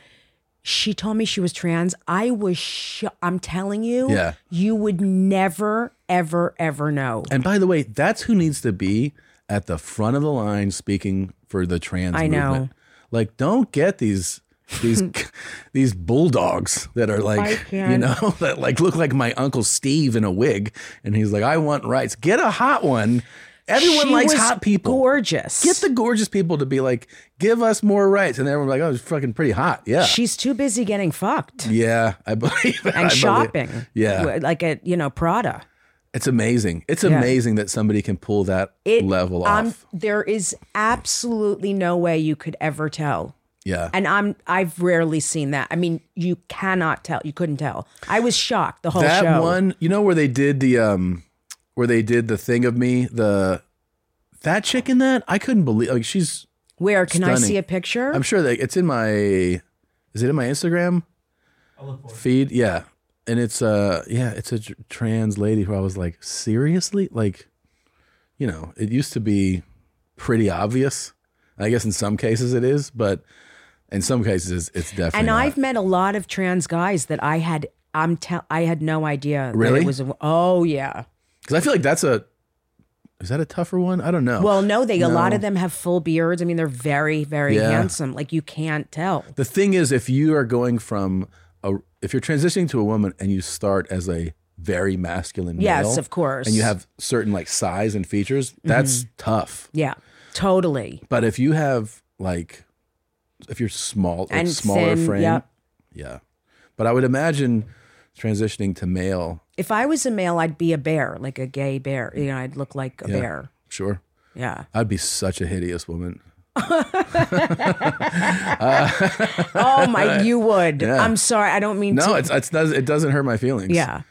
Speaker 2: She told me she was trans. I was. Sh- I'm telling you,
Speaker 1: Yeah.
Speaker 2: you would never, ever, ever know.
Speaker 1: And by the way, that's who needs to be at the front of the line speaking for the trans
Speaker 2: I know.
Speaker 1: movement. Like, don't get these these these bulldogs that are like you
Speaker 2: can't.
Speaker 1: know that like look like my uncle Steve in a wig, and he's like, I want rights. Get a hot one. Everyone
Speaker 2: She
Speaker 1: likes
Speaker 2: was
Speaker 1: hot people.
Speaker 2: Gorgeous.
Speaker 1: Get the gorgeous people to be like, give us more rights, and everyone's like, oh, it's fucking pretty hot. Yeah,
Speaker 2: She's too busy getting fucked.
Speaker 1: yeah, I believe it. I
Speaker 2: and
Speaker 1: believe it.
Speaker 2: shopping.
Speaker 1: Yeah.
Speaker 2: W- Like at, you know, Prada.
Speaker 1: It's amazing. It's amazing that somebody can pull that
Speaker 2: It-
Speaker 1: level
Speaker 2: I'm-
Speaker 1: off.
Speaker 2: there is absolutely no way you could ever tell.
Speaker 1: Yeah,
Speaker 2: And I'm I've rarely seen that. I mean, you cannot tell. You couldn't tell. I was shocked the whole
Speaker 1: that
Speaker 2: show.
Speaker 1: one you know where they did the um where they did the thing of me the that chick in that i couldn't believe like she's
Speaker 2: Where can I
Speaker 1: Stunning.
Speaker 2: see a picture?
Speaker 1: i'm sure that it's in my is it in my instagram feed yeah and it's uh yeah it's a tr- trans lady who i was like seriously like you know it used to be pretty obvious i guess in some cases it is but in some cases it's definitely
Speaker 2: and
Speaker 1: not.
Speaker 2: I've met a lot of trans guys that I had I'm tell I had no idea. that
Speaker 1: Really?
Speaker 2: it was a, oh yeah.
Speaker 1: because i feel like that's a is that a tougher one i don't know
Speaker 2: Well, no, they a lot of them have full beards. I mean, they're very, very
Speaker 1: Yeah.
Speaker 2: handsome. Like you can't tell.
Speaker 1: The thing is, if you are going from a, if you're transitioning to a woman and you start as a very masculine male,
Speaker 2: Yes, of course. Mm-hmm.
Speaker 1: and you have certain like size and features, that's tough.
Speaker 2: Yeah, totally.
Speaker 1: But if you have like, if you're small, like
Speaker 2: And
Speaker 1: smaller
Speaker 2: thin,
Speaker 1: frame,
Speaker 2: yep.
Speaker 1: yeah. But I would imagine transitioning to male,
Speaker 2: If I was a male, I'd be a bear, like a gay bear. You know, I'd look like a
Speaker 1: Yeah.
Speaker 2: bear.
Speaker 1: sure,
Speaker 2: Yeah.
Speaker 1: I'd be such a hideous woman.
Speaker 2: Oh my, you would.
Speaker 1: Yeah.
Speaker 2: I'm sorry, I don't mean
Speaker 1: No,
Speaker 2: to.
Speaker 1: it's, it's does it doesn't hurt my feelings.
Speaker 2: yeah.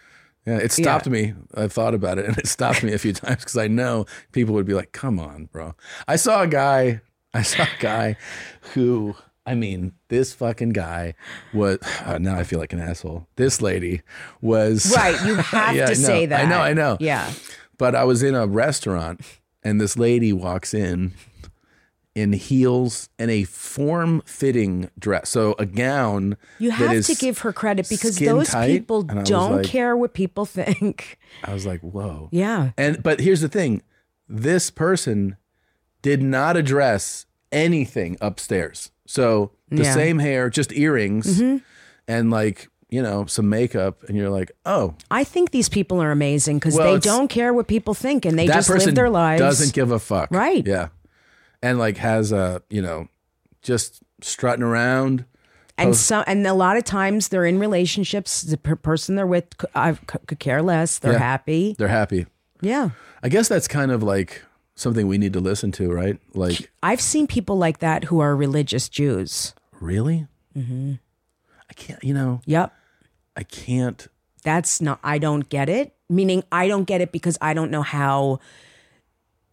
Speaker 1: Yeah, it stopped me. I thought about it and it stopped me a few times because I know people would be like, come on, bro. I saw a guy, I saw a guy who, I mean, this fucking guy was, oh, now I feel like an asshole. This lady was.
Speaker 2: Right. You have
Speaker 1: Yeah,
Speaker 2: to
Speaker 1: I know.
Speaker 2: say that.
Speaker 1: I know, I know.
Speaker 2: Yeah.
Speaker 1: But I was in a restaurant and this lady walks in in heels and a form fitting dress. So a gown.
Speaker 2: You
Speaker 1: that
Speaker 2: have
Speaker 1: is-
Speaker 2: to give her credit because
Speaker 1: skin
Speaker 2: those
Speaker 1: tight,
Speaker 2: people
Speaker 1: and I was
Speaker 2: don't
Speaker 1: like-
Speaker 2: care what people think.
Speaker 1: I was like, whoa.
Speaker 2: Yeah.
Speaker 1: And but here's the thing: this person did not address anything upstairs. So the
Speaker 2: Yeah. Mm-hmm.
Speaker 1: same hair, just earrings, and like you know some makeup, and you're like, oh,
Speaker 2: I think these people are amazing because
Speaker 1: Well,
Speaker 2: they
Speaker 1: it's-
Speaker 2: don't care what people think and they
Speaker 1: that
Speaker 2: just
Speaker 1: person
Speaker 2: live their lives.
Speaker 1: doesn't give a fuck,
Speaker 2: Right.
Speaker 1: Yeah, and like has a you know just strutting around.
Speaker 2: and so and a lot of times they're in relationships. The per- person they're with c- I c- could care less. They're
Speaker 1: Yeah.
Speaker 2: happy.
Speaker 1: They're happy.
Speaker 2: Yeah.
Speaker 1: I guess that's kind of like something we need to listen to, right? Like,
Speaker 2: I've seen people like that who are religious Jews.
Speaker 1: really? Mm-hmm. I can't. You know,
Speaker 2: Yep.
Speaker 1: I can't.
Speaker 2: That's not, I don't get it. Meaning, I don't get it because I don't know how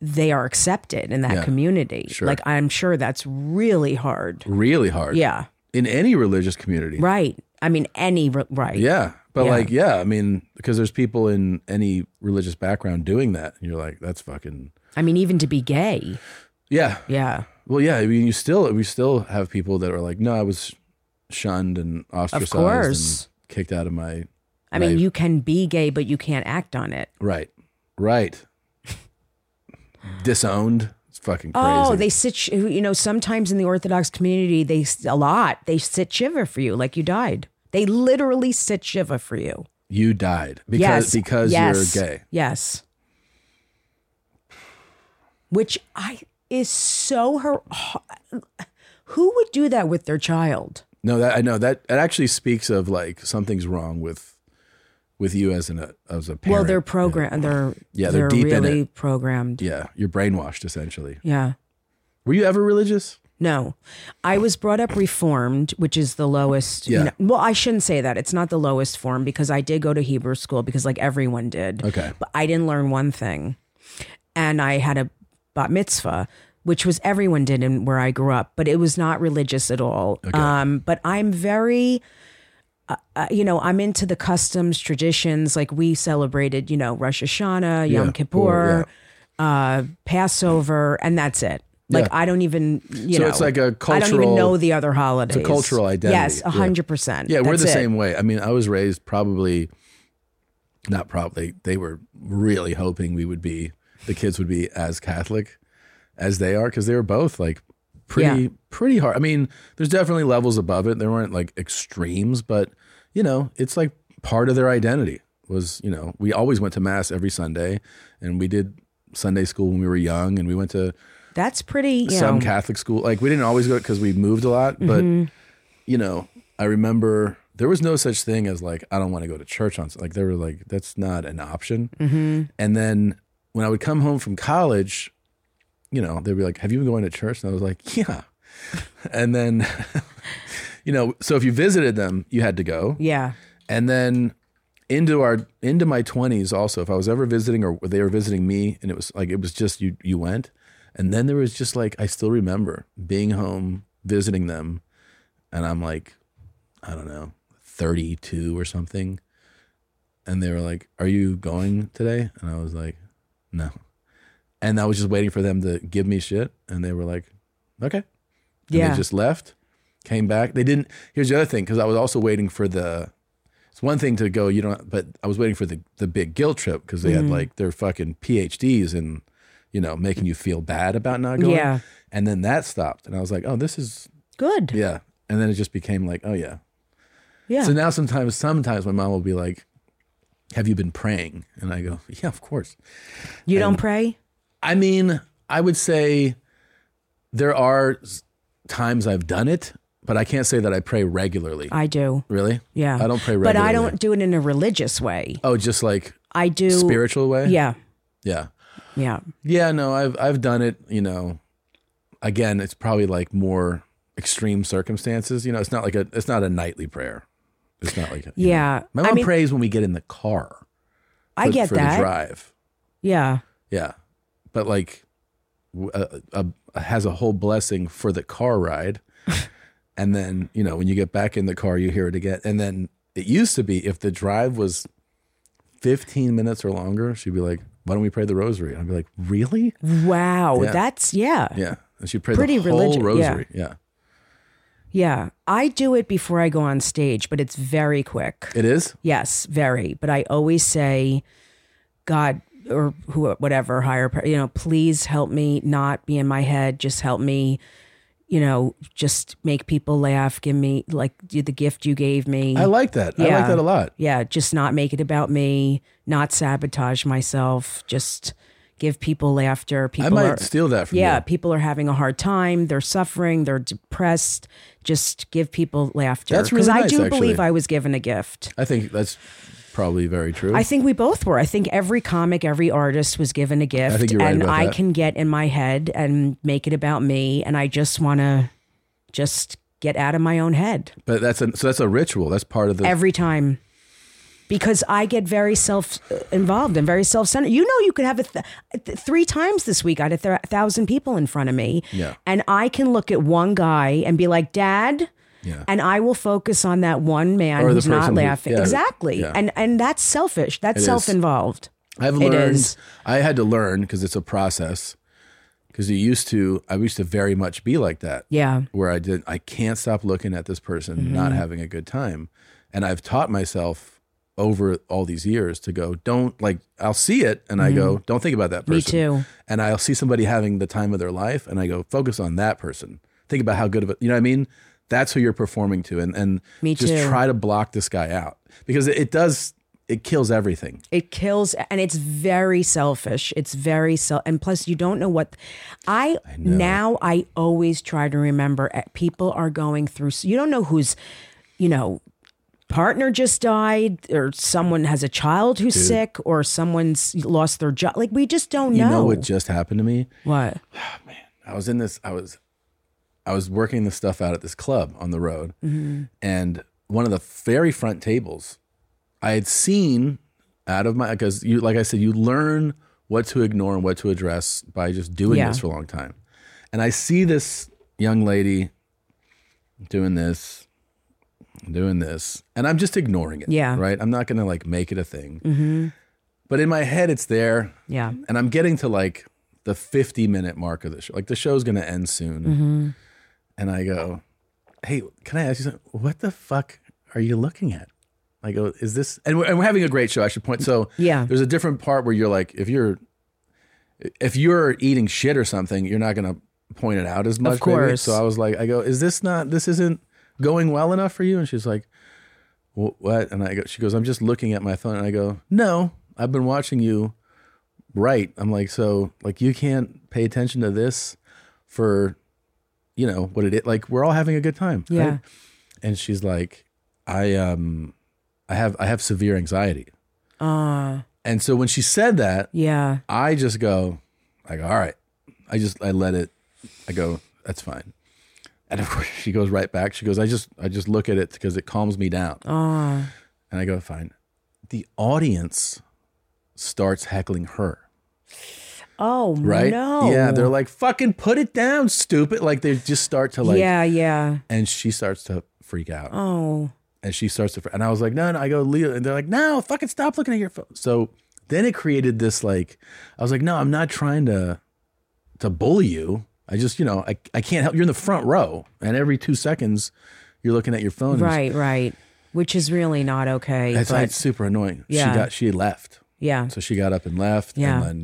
Speaker 2: they are accepted in that
Speaker 1: Yeah,
Speaker 2: community.
Speaker 1: sure.
Speaker 2: Like, I'm sure that's really hard.
Speaker 1: Really hard.
Speaker 2: Yeah.
Speaker 1: In any religious community.
Speaker 2: Right. I mean, any, re- right.
Speaker 1: Yeah. But
Speaker 2: Yeah.
Speaker 1: like, yeah, I mean, because there's people in any religious background doing that. And you're like, that's fucking,
Speaker 2: I mean, even to be gay.
Speaker 1: yeah.
Speaker 2: Yeah.
Speaker 1: Well, yeah, I mean, you still we still have people that are like, no, I was shunned and ostracized
Speaker 2: course.
Speaker 1: and kicked out of my
Speaker 2: I mean,
Speaker 1: Right.
Speaker 2: you can be gay, but you can't act on it.
Speaker 1: right, right, disowned. It's fucking crazy.
Speaker 2: Oh, they sit. sh- You know, sometimes in the Orthodox community, they s- a lot they sit shiva for you, like you died. They literally sit shiva for you.
Speaker 1: you died because
Speaker 2: yes,
Speaker 1: because
Speaker 2: yes,
Speaker 1: you're gay.
Speaker 2: Yes, which I is so her. Who would do that with their child?
Speaker 1: No, that I know that it actually speaks of like something's wrong with with you as an as a parent.
Speaker 2: Well, they're programmed. They're
Speaker 1: Yeah, they're deep in
Speaker 2: really
Speaker 1: it.
Speaker 2: programmed.
Speaker 1: yeah, you're brainwashed essentially.
Speaker 2: yeah.
Speaker 1: Were you ever religious?
Speaker 2: No, I was brought up reformed, which is the lowest.
Speaker 1: Yeah.
Speaker 2: know- well, I shouldn't say that. It's not the lowest form because I did go to Hebrew school because like everyone did.
Speaker 1: Okay.
Speaker 2: But I didn't learn one thing, and I had a bat mitzvah, which was everyone did in where I grew up, but it was not religious at all. Um, but I'm very. Uh, uh, you know, I'm into the customs, traditions. Like we celebrated, you know, Rosh Hashanah, Yom
Speaker 1: Yeah,
Speaker 2: Kippur,
Speaker 1: or-
Speaker 2: uh, Passover, and that's it. Like
Speaker 1: Yeah.
Speaker 2: I don't even, you
Speaker 1: So
Speaker 2: know,
Speaker 1: it's like a
Speaker 2: I don't even
Speaker 1: cultural-
Speaker 2: know the other holidays.
Speaker 1: cultural identity.
Speaker 2: Yes,
Speaker 1: Yeah.
Speaker 2: hundred percent.
Speaker 1: Yeah, we're
Speaker 2: That's
Speaker 1: the
Speaker 2: it.
Speaker 1: same way. I mean, I was raised probably not probably. They were really hoping we would be the kids would be as Catholic as they are because they were both like pretty
Speaker 2: Yeah.
Speaker 1: pretty hard. I mean, there's definitely levels above it. There weren't like extremes, but you know, it's like part of their identity was, you know, we always went to mass every Sunday and we did Sunday school when we were young and we went to
Speaker 2: That's pretty. You
Speaker 1: some
Speaker 2: know,
Speaker 1: Catholic school. Like we didn't always go because we moved a lot, but you know, I remember there was no such thing as like I don't want to go to church on. Like they were like that's not an option. And then when I would come home from college, you know, they'd be like, "Have you been going to church?" And I was like, "Yeah." and then, you know, so if you visited them, you had to go.
Speaker 2: yeah,
Speaker 1: And then into our into my twenties also, if I was ever visiting or they were visiting me and it was like it was just you you went. And then there was just like I still remember being home visiting them and I'm like, I don't know, thirty two or something. And they were like, Are you going today? And I was like, No. And I was just waiting for them to give me shit. And they were like, Okay. And
Speaker 2: yeah.
Speaker 1: they just left, came back. They didn't. Here's the other thing, because I was also waiting for the. It's one thing to go, you don't, but I was waiting for the the big guilt trip because they
Speaker 2: Mm-hmm.
Speaker 1: had like their fucking PhDs and, you know, making you feel bad about not going.
Speaker 2: Yeah.
Speaker 1: And then that stopped, and I was like, oh, this is
Speaker 2: Good. Yeah.
Speaker 1: yeah. And then it just became like, oh yeah. So now sometimes, sometimes my mom will be like, "Have you been praying?" And I go, "Yeah, of course."
Speaker 2: you don't pray.
Speaker 1: I mean, I would say there are s- times I've done it, but I can't say that I pray regularly.
Speaker 2: I do.
Speaker 1: really?
Speaker 2: Uh, Yeah.
Speaker 1: I don't pray
Speaker 2: But
Speaker 1: regularly.
Speaker 2: I don't do it in a religious way.
Speaker 1: Oh, just like
Speaker 2: I do.
Speaker 1: spiritual way?
Speaker 2: Yeah.
Speaker 1: Yeah.
Speaker 2: Yeah.
Speaker 1: Yeah, no, I've I've done it, you know. Again, it's probably like more extreme circumstances, you know, it's not like a it's not a nightly prayer. It's not like a, you know.
Speaker 2: Yeah.
Speaker 1: My
Speaker 2: I
Speaker 1: mom
Speaker 2: mean,
Speaker 1: prays when we get in the car.
Speaker 2: I
Speaker 1: for-
Speaker 2: get
Speaker 1: for the
Speaker 2: that.
Speaker 1: drive.
Speaker 2: Yeah.
Speaker 1: Yeah, but like, w- uh, uh, uh, has a whole blessing for the car ride, and then you know when you get back in the car, you hear it again. And then it used to be if the drive was fifteen minutes or longer, she'd be like, "Why don't we pray the rosary?" And I'd be like, "Really?"
Speaker 2: Wow.
Speaker 1: Yeah.
Speaker 2: That's yeah.
Speaker 1: Yeah, and she'd pray
Speaker 2: Pretty
Speaker 1: the whole
Speaker 2: religi- yeah.
Speaker 1: rosary. Yeah.
Speaker 2: Yeah. I do it before I go on stage, but it's very quick.
Speaker 1: it is.
Speaker 2: Yes, very. But I always say, God or who, whatever higher, power, you know, please help me not be in my head. Just help me, you know, just make people laugh. Give me like the gift you gave me.
Speaker 1: I like that. I like
Speaker 2: Mm. Yeah.
Speaker 1: that a lot.
Speaker 2: yeah, just not make it about me. Not sabotage myself. Just give people laughter.
Speaker 1: I
Speaker 2: People
Speaker 1: might
Speaker 2: are,
Speaker 1: steal that from
Speaker 2: yeah,
Speaker 1: you.
Speaker 2: people are having a hard time. They're suffering. They're depressed. Just give people laughter.
Speaker 1: That's
Speaker 2: Because
Speaker 1: really
Speaker 2: I
Speaker 1: nice,
Speaker 2: do
Speaker 1: actually.
Speaker 2: believe I was given a gift.
Speaker 1: I think that's probably very true.
Speaker 2: I think we both were. I think every comic, every artist was given a gift.
Speaker 1: I think you're right
Speaker 2: and
Speaker 1: about
Speaker 2: I
Speaker 1: that.
Speaker 2: can get in my head and make it about me. And I just want to just get out of my own head
Speaker 1: but that's a, so that's a ritual. That's part of the
Speaker 2: every time. Because I get very self involved and very self centered. You know, you could have a th- th- three times this week, I had a, th- thousand people in front of me.
Speaker 1: Yeah.
Speaker 2: And I can look at one guy and be like, Dad.
Speaker 1: Yeah.
Speaker 2: And I will focus on that one man
Speaker 1: Or the
Speaker 2: who's not
Speaker 1: person who-
Speaker 2: laughing.
Speaker 1: yeah,
Speaker 2: exactly.
Speaker 1: yeah.
Speaker 2: And and that's selfish. That's
Speaker 1: is.
Speaker 2: self involved.
Speaker 1: I've
Speaker 2: It
Speaker 1: learned.
Speaker 2: is.
Speaker 1: I had to learn because it's a process. because you used to I used to very much be like that
Speaker 2: Yeah. Mm-hmm.
Speaker 1: where I did I can't stop looking at this person not having a good time. And I've taught myself over all these years to go, don't like I'll see it and I go, don't think about that person.
Speaker 2: Mm-hmm. Me too.
Speaker 1: And I'll see somebody having the time of their life and I go, focus on that person. Think about how good of a you know what I mean? That's who you're performing to and and
Speaker 2: Me
Speaker 1: just
Speaker 2: too.
Speaker 1: try to block this guy out. Because it, it does it kills everything.
Speaker 2: It kills, and it's very selfish. It's very self, and plus, you don't know what. I, now I always try to remember eh, people are going through. You don't know who's, you know, partner just died, or someone has a child who's sick, or someone's lost their job. Like we just don't
Speaker 1: You
Speaker 2: know.
Speaker 1: know what just happened to me?
Speaker 2: What?
Speaker 1: I was in this. I was, I was working this stuff out at this club on the road,
Speaker 2: Mm-hmm.
Speaker 1: and one of the very front tables, I had seen out of my because you like I said you learn what to ignore and what to address by just doing
Speaker 2: Yeah.
Speaker 1: this for a long time, and I see this young lady doing this, doing this, and I'm just ignoring it.
Speaker 2: Yeah. Mm-hmm.
Speaker 1: right. I'm not gonna like make it a thing, but in my head it's there
Speaker 2: Yeah.
Speaker 1: and I'm getting to like the 50 minute mark of the show. Like the show's gonna end soon,
Speaker 2: Mm-hmm.
Speaker 1: and I go, "Hey, can I ask you something? What the fuck are you looking at?" I go, "Is this?" And we're, and we're having a great show. I should point. So
Speaker 2: Yeah.
Speaker 1: there's a different part where you're like, if you're if you're eating shit or something, you're not gonna point it out as much. maybe.
Speaker 2: course.
Speaker 1: So I was like, I go, "Is this not? This isn't going well enough for you?" And she's like. "Wh- What? And I go, she goes, I'm just looking at my phone. And I go, no, I've been watching you right i'm like so like you can't pay attention to this for you know what it is like we're all having a good time
Speaker 2: Yeah.
Speaker 1: right? and she's like i um i have i have severe anxiety
Speaker 2: Uh,
Speaker 1: and so when she said that
Speaker 2: yeah.
Speaker 1: i just go like all right i just i let it i go that's fine and of course she goes right back she goes i just i just look at it because it calms me down
Speaker 2: Uh,
Speaker 1: and i go fine the audience starts heckling her
Speaker 2: oh
Speaker 1: right?
Speaker 2: no.
Speaker 1: Yeah, they're like, fucking put it down, stupid. Like they just start to like,
Speaker 2: yeah. Yeah.
Speaker 1: and she starts to freak out,
Speaker 2: Oh.
Speaker 1: and she starts to, fr- and I was like, no, no, I go, Leo, and they're like, no, fucking stop looking at your phone. So then it created this like, I was like, no, I'm not trying to, to bully you. I just, you know, I, I can't help. You're in the front row, and every two seconds, you're looking at your phone. and
Speaker 2: Right. Right. Which is really not okay.
Speaker 1: It's
Speaker 2: but
Speaker 1: like super annoying.
Speaker 2: Yeah.
Speaker 1: She got, she left.
Speaker 2: yeah.
Speaker 1: So she got up and left.
Speaker 2: Yeah.
Speaker 1: And then,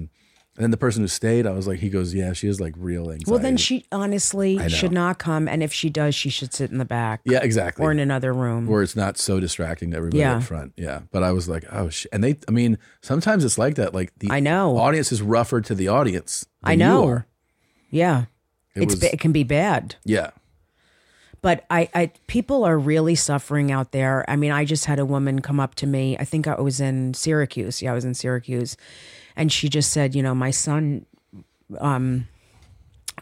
Speaker 1: and then the person who stayed, I was like, he goes, yeah, she has like real anxiety.
Speaker 2: Well, then she honestly should
Speaker 1: know.
Speaker 2: not come. And if she does, she should sit in the back
Speaker 1: Yeah, exactly.
Speaker 2: or in another room.
Speaker 1: where it's not so distracting to everybody
Speaker 2: Yeah.
Speaker 1: up front. Yeah. But I was like, oh shit. And they, I mean, sometimes it's like that. Like the
Speaker 2: I know.
Speaker 1: audience is rougher to the audience. than
Speaker 2: I know.
Speaker 1: You are.
Speaker 2: yeah.
Speaker 1: It
Speaker 2: it's
Speaker 1: was-
Speaker 2: ba- it can be bad.
Speaker 1: Yeah.
Speaker 2: But I, I people are really suffering out there. I mean, I just had a woman come up to me. I think I was in Syracuse. Yeah, I was in Syracuse. And she just said, you know, my son um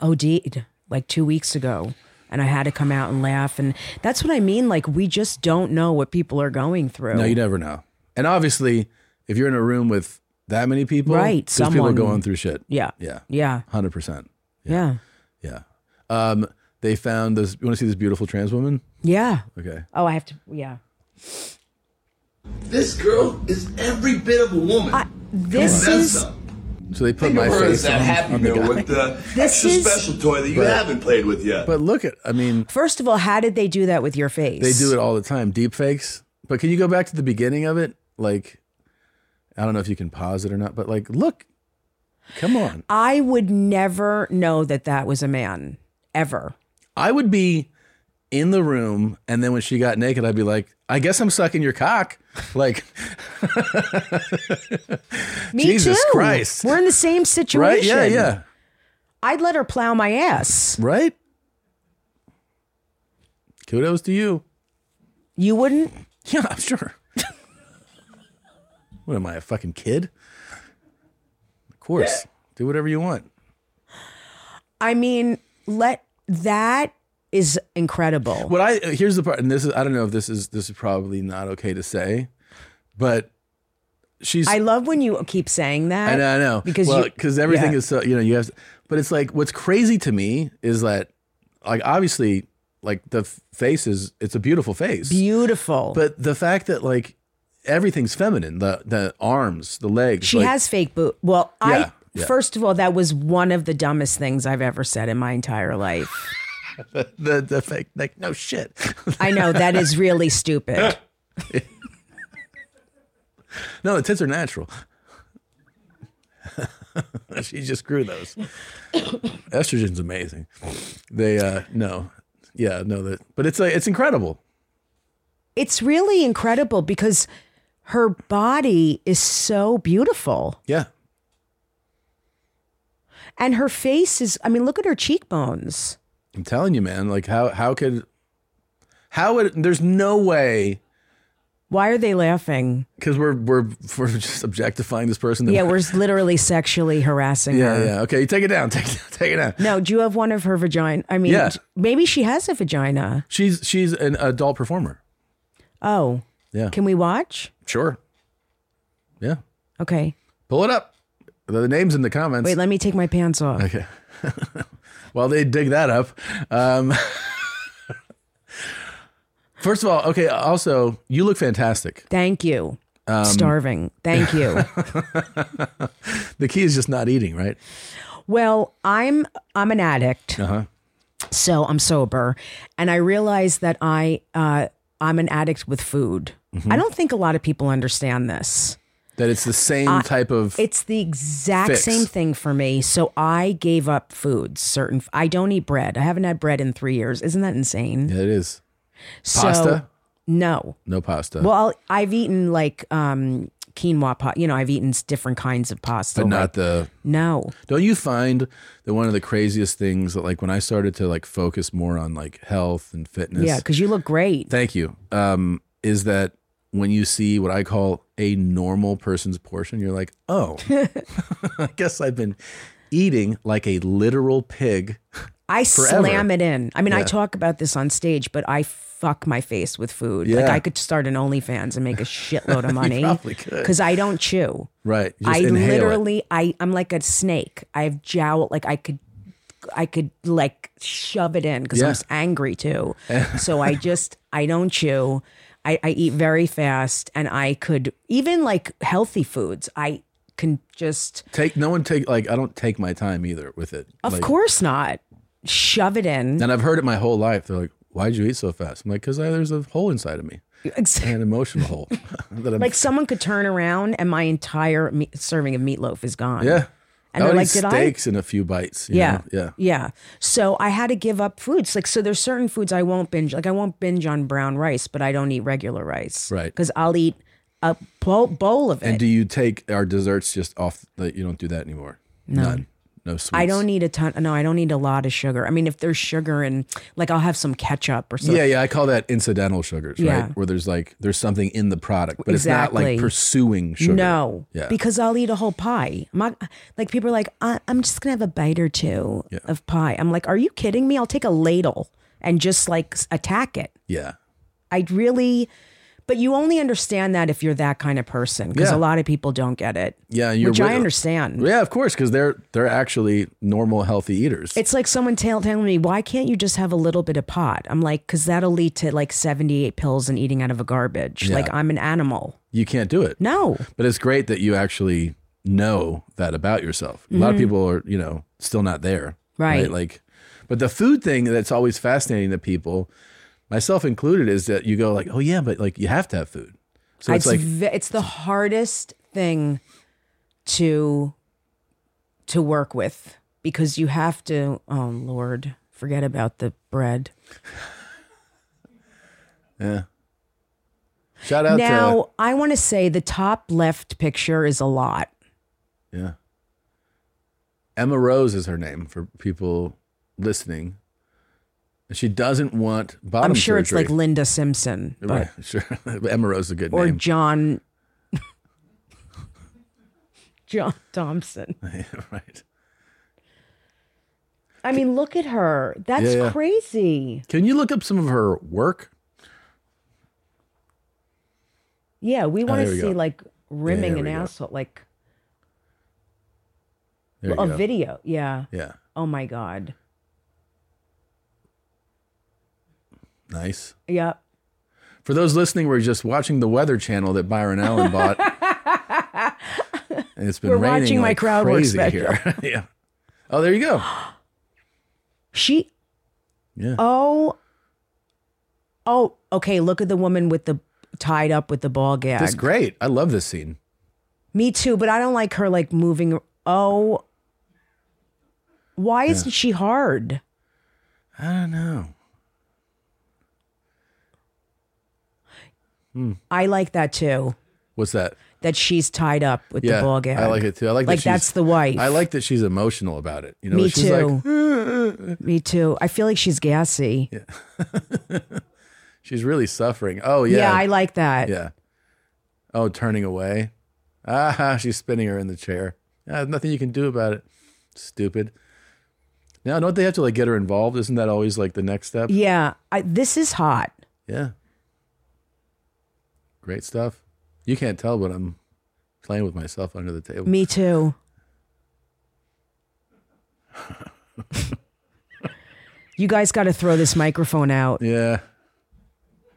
Speaker 2: OD'd like two weeks ago. And I had to come out and laugh. And that's what I mean. Like we just don't know what people are going through.
Speaker 1: No, you never know. And obviously, if you're in a room with that many people,
Speaker 2: Right,
Speaker 1: those people are
Speaker 2: someone-
Speaker 1: going through shit.
Speaker 2: yeah.
Speaker 1: Yeah.
Speaker 2: Yeah.
Speaker 1: 100%.
Speaker 2: Yeah.
Speaker 1: Yeah. Um, they found this. You want to see this beautiful trans woman?
Speaker 2: Yeah.
Speaker 1: Okay.
Speaker 2: Oh, I have to. Yeah.
Speaker 5: This girl is every bit of a woman.
Speaker 2: I, this
Speaker 5: That's
Speaker 2: is
Speaker 5: a-
Speaker 1: So they put
Speaker 5: Think
Speaker 1: my
Speaker 5: of her as
Speaker 1: face on,
Speaker 5: that Happy
Speaker 1: on the
Speaker 5: Meal
Speaker 1: guy.
Speaker 5: with the
Speaker 2: This
Speaker 5: extra
Speaker 2: is-
Speaker 5: special toy that you haven't played with yet.
Speaker 1: But look at, I mean,
Speaker 2: first of all, how did they do that with your face?
Speaker 1: They do it all the time, deep fakes. But can you go back to the beginning of it? Like, I don't know if you can pause it or not, but like, look, come on.
Speaker 2: I would never know that that was a man ever.
Speaker 1: I would be in the room, and then when she got naked, I'd be like, I guess I'm sucking your cock. Like,
Speaker 2: Me
Speaker 1: Jesus
Speaker 2: too.
Speaker 1: Christ.
Speaker 2: We're in the same situation.
Speaker 1: right? Yeah, yeah.
Speaker 2: I'd let her plow my ass.
Speaker 1: Right? Kudos to you.
Speaker 2: You wouldn't.
Speaker 1: Yeah, I'm sure. what am I, a fucking kid? Of course. Do whatever you want.
Speaker 2: I mean, let that is incredible.
Speaker 1: What I uh, here's the part, and this is I don't know if this is this is probably not okay to say, but she's
Speaker 2: I
Speaker 1: I,
Speaker 2: love when you keep saying that.
Speaker 1: know I know
Speaker 2: because
Speaker 1: well,
Speaker 2: you-
Speaker 1: because everything
Speaker 2: yeah.
Speaker 1: is so you know you have, to- but it's like what's crazy to me is that like obviously like the f- face is it's a beautiful face,
Speaker 2: Beautiful.
Speaker 1: but the fact that like everything's feminine, the the arms, the legs,
Speaker 2: she
Speaker 1: like,
Speaker 2: has fake boobs. Well,
Speaker 1: Yeah.
Speaker 2: I
Speaker 1: Yeah.
Speaker 2: First of all, that was one of the dumbest things I've ever said in my entire life.
Speaker 1: the the fake like no shit.
Speaker 2: I know that is really stupid.
Speaker 1: no, the tits are natural. she just grew those. Estrogen's amazing. They uh no. Yeah, no that but it's like it's incredible.
Speaker 2: It's really incredible because her body is so beautiful
Speaker 1: Yeah.
Speaker 2: and her face is I mean, look at her cheekbones.
Speaker 1: I'm telling you, man, like how how could how would there's no way
Speaker 2: Why are they laughing?
Speaker 1: because we're we're we're just objectifying this person. That
Speaker 2: Yeah, we're literally sexually harassing her.
Speaker 1: yeah, yeah. Okay, take it down. Take it down. Take it down.
Speaker 2: No, do you have one of her vagina? I mean,
Speaker 1: Yeah.
Speaker 2: maybe she has a vagina.
Speaker 1: She's she's an adult performer.
Speaker 2: Oh,
Speaker 1: Yeah.
Speaker 2: can we watch?
Speaker 1: Sure. Yeah.
Speaker 2: Okay.
Speaker 1: Pull it up. The name's in the comments.
Speaker 2: Wait, let me take my pants off.
Speaker 1: Okay. While they dig that up. Um, first of all, okay, also, you look fantastic.
Speaker 2: Thank you.
Speaker 1: Um,
Speaker 2: Starving. Thank you.
Speaker 1: The key is just not eating, right?
Speaker 2: well, I'm I'm an addict.
Speaker 1: Uh-huh.
Speaker 2: So I'm sober, and I realize that I uh, I'm an addict with food.
Speaker 1: Mm-hmm.
Speaker 2: I don't think a lot of people understand this.
Speaker 1: That it's the same type of.
Speaker 2: It's the exact
Speaker 1: Fix.
Speaker 2: same thing for me. So I gave up foods. Certain. I don't eat bread. I haven't had bread in three years. Isn't that insane?
Speaker 1: yeah, it is.
Speaker 2: So-
Speaker 1: Pasta?
Speaker 2: no.
Speaker 1: no pasta.
Speaker 2: Well, I'll, I've eaten like um, quinoa pot. You know, I've eaten s- different kinds of pasta.
Speaker 1: but
Speaker 2: like-
Speaker 1: not the.
Speaker 2: no.
Speaker 1: Don't you find that one of the craziest things that, like, when I started to like focus more on like health and fitness?
Speaker 2: Yeah, because you look great.
Speaker 1: Thank you. Um, is that when you see what I call a normal person's portion, you're like, oh, I guess I've been eating like a literal pig.
Speaker 2: I
Speaker 1: forever.
Speaker 2: slam it in. I mean, I talk about this on stage, but I fuck my face with food. Like
Speaker 1: Yeah.
Speaker 2: I could start an OnlyFans and make a shitload of money
Speaker 1: probably could.
Speaker 2: because I don't chew.
Speaker 1: Right. Just
Speaker 2: I
Speaker 1: inhale it.
Speaker 2: literally, I I'm like a snake. I have jowl. Like I could, I could like shove it in because
Speaker 1: Yeah.
Speaker 2: I'm s- angry too. so I just I don't chew. I, I eat very fast, and I could even like healthy foods. I can just,
Speaker 1: take no one take like I don't take my time either with it.
Speaker 2: of
Speaker 1: Like-
Speaker 2: course, not shove it in.
Speaker 1: And I've heard it my whole life. They're like, why'd you eat so fast? I'm like, because there's a hole inside of me, an emotional hole that I'm
Speaker 2: Like someone could turn around and my entire meat, serving of meatloaf is gone.
Speaker 1: yeah.
Speaker 2: And
Speaker 1: I
Speaker 2: they're
Speaker 1: would eat
Speaker 2: like, did I?
Speaker 1: steaks in a few bites. you
Speaker 2: Yeah.
Speaker 1: know? Yeah.
Speaker 2: Yeah. So I had to give up foods. Like, so there's certain foods I won't binge. Like, I won't binge on brown rice, but I don't eat regular rice.
Speaker 1: Right.
Speaker 2: Because I'll eat a bowl, bowl of it.
Speaker 1: And do you take our desserts just off? Like, you don't do that anymore. None. No sweets.
Speaker 2: I don't need a ton. No, I don't need a lot of sugar. I mean, if there's sugar in, like, I'll have some ketchup or something.
Speaker 1: Yeah, yeah, I call that incidental sugars,
Speaker 2: Yeah.
Speaker 1: right? Where there's like there's something in the product, but it's not
Speaker 2: Exactly.
Speaker 1: like pursuing sugar.
Speaker 2: No,
Speaker 1: Yeah.
Speaker 2: because I'll eat a whole pie. I'm not, like people are like, I, I'm just gonna have a bite or two of pie. I'm like, are you kidding me? I'll take a ladle and just like s- attack it.
Speaker 1: Yeah.
Speaker 2: I'd really, but you only understand that if you're that kind of person, because
Speaker 1: Yeah.
Speaker 2: a lot of people don't get it.
Speaker 1: Yeah, and you're
Speaker 2: which I
Speaker 1: wi-
Speaker 2: understand.
Speaker 1: Yeah, of course, because they're they're actually normal healthy eaters.
Speaker 2: It's like someone tell, telling me, why can't you just have a little bit of pot? I'm like, because that'll lead to like 78 pills and eating out of a garbage. Like I'm an animal.
Speaker 1: you can't do it.
Speaker 2: No.
Speaker 1: But it's great that you actually know that about yourself. A lot of people are, you know, still not there.
Speaker 2: Mm-hmm. Right.
Speaker 1: Like but the food thing that's always fascinating to people, myself included, is that you go like, Oh yeah, but like you have to have food. So it's,
Speaker 2: it's
Speaker 1: like
Speaker 2: ve- it's the hardest thing to to work with because you have to oh lord forget about the bread
Speaker 1: shout out
Speaker 2: now i want to say the top left picture is a lot
Speaker 1: to Yeah. Emma Rose is her name for people listening. And she doesn't want bottom
Speaker 2: i'm sure it's
Speaker 1: surgery.
Speaker 2: like linda simpson but,
Speaker 1: Right, sure. Emma Rose is a good
Speaker 2: or
Speaker 1: name.
Speaker 2: john john thompson
Speaker 1: right.
Speaker 2: i mean look at her that's
Speaker 1: Yeah, yeah.
Speaker 2: crazy
Speaker 1: Can you look up some of her work?
Speaker 2: yeah we want
Speaker 1: Oh, there
Speaker 2: to
Speaker 1: we
Speaker 2: see
Speaker 1: go.
Speaker 2: like rimming
Speaker 1: There
Speaker 2: an
Speaker 1: we go.
Speaker 2: asshole like
Speaker 1: There you
Speaker 2: a
Speaker 1: go.
Speaker 2: video yeah
Speaker 1: Yeah.
Speaker 2: oh my god
Speaker 1: Nice.
Speaker 2: yeah
Speaker 1: For those listening, we're just watching the Weather Channel that Byron Allen bought. It's been
Speaker 2: We're
Speaker 1: raining
Speaker 2: watching my
Speaker 1: like
Speaker 2: crowd work
Speaker 1: crazy
Speaker 2: special.
Speaker 1: here. yeah. Oh, there you go.
Speaker 2: She.
Speaker 1: Yeah.
Speaker 2: Oh. Oh. Okay. Look at the woman with the tied up with the ball gag.
Speaker 1: That's great. I love this scene.
Speaker 2: Me too, but I don't like her like moving. Oh. Why isn't she hard?
Speaker 1: I don't know.
Speaker 2: I like that too.
Speaker 1: What's that?
Speaker 2: That she's tied up with
Speaker 1: Yeah,
Speaker 2: the ball gag.
Speaker 1: I like it too. I like,
Speaker 2: Like
Speaker 1: that she's-
Speaker 2: that's the wife.
Speaker 1: I like that she's emotional about it. You know,
Speaker 2: Me
Speaker 1: she's
Speaker 2: too.
Speaker 1: like "Hmm,
Speaker 2: Me too. I feel like she's gassy. Yeah,
Speaker 1: she's really suffering. Oh yeah, yeah.
Speaker 2: I like that.
Speaker 1: Oh, turning away. Ah, she's spinning her in the chair. Ah, there's nothing you can do about it. Stupid. Now, don't they have to like get her involved? Isn't that always like the next step?
Speaker 2: Yeah, I, this is hot.
Speaker 1: Yeah. Great stuff. You can't tell, but I'm playing with myself under the table.
Speaker 2: Me too. you guys got to throw this microphone out.
Speaker 1: Yeah.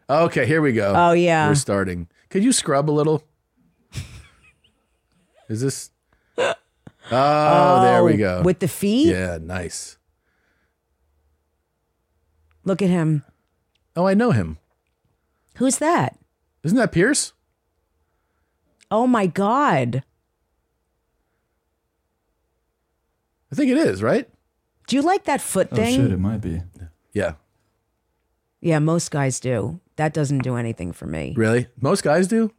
Speaker 1: Okay, here we go.
Speaker 2: Oh, yeah.
Speaker 1: We're starting. Could you scrub a little? Is this Oh, there we go.
Speaker 2: With the feet?
Speaker 1: yeah, nice.
Speaker 2: Look at him.
Speaker 1: Oh, I know him.
Speaker 2: Who's that?
Speaker 1: Isn't that Pierce?
Speaker 2: Oh my God.
Speaker 1: I think it is, right?
Speaker 2: Do you like that foot
Speaker 4: Oh
Speaker 2: thing?
Speaker 4: shit, it might be.
Speaker 1: Yeah.
Speaker 2: Yeah, most guys do. That doesn't do anything for me.
Speaker 1: Really? Most guys do?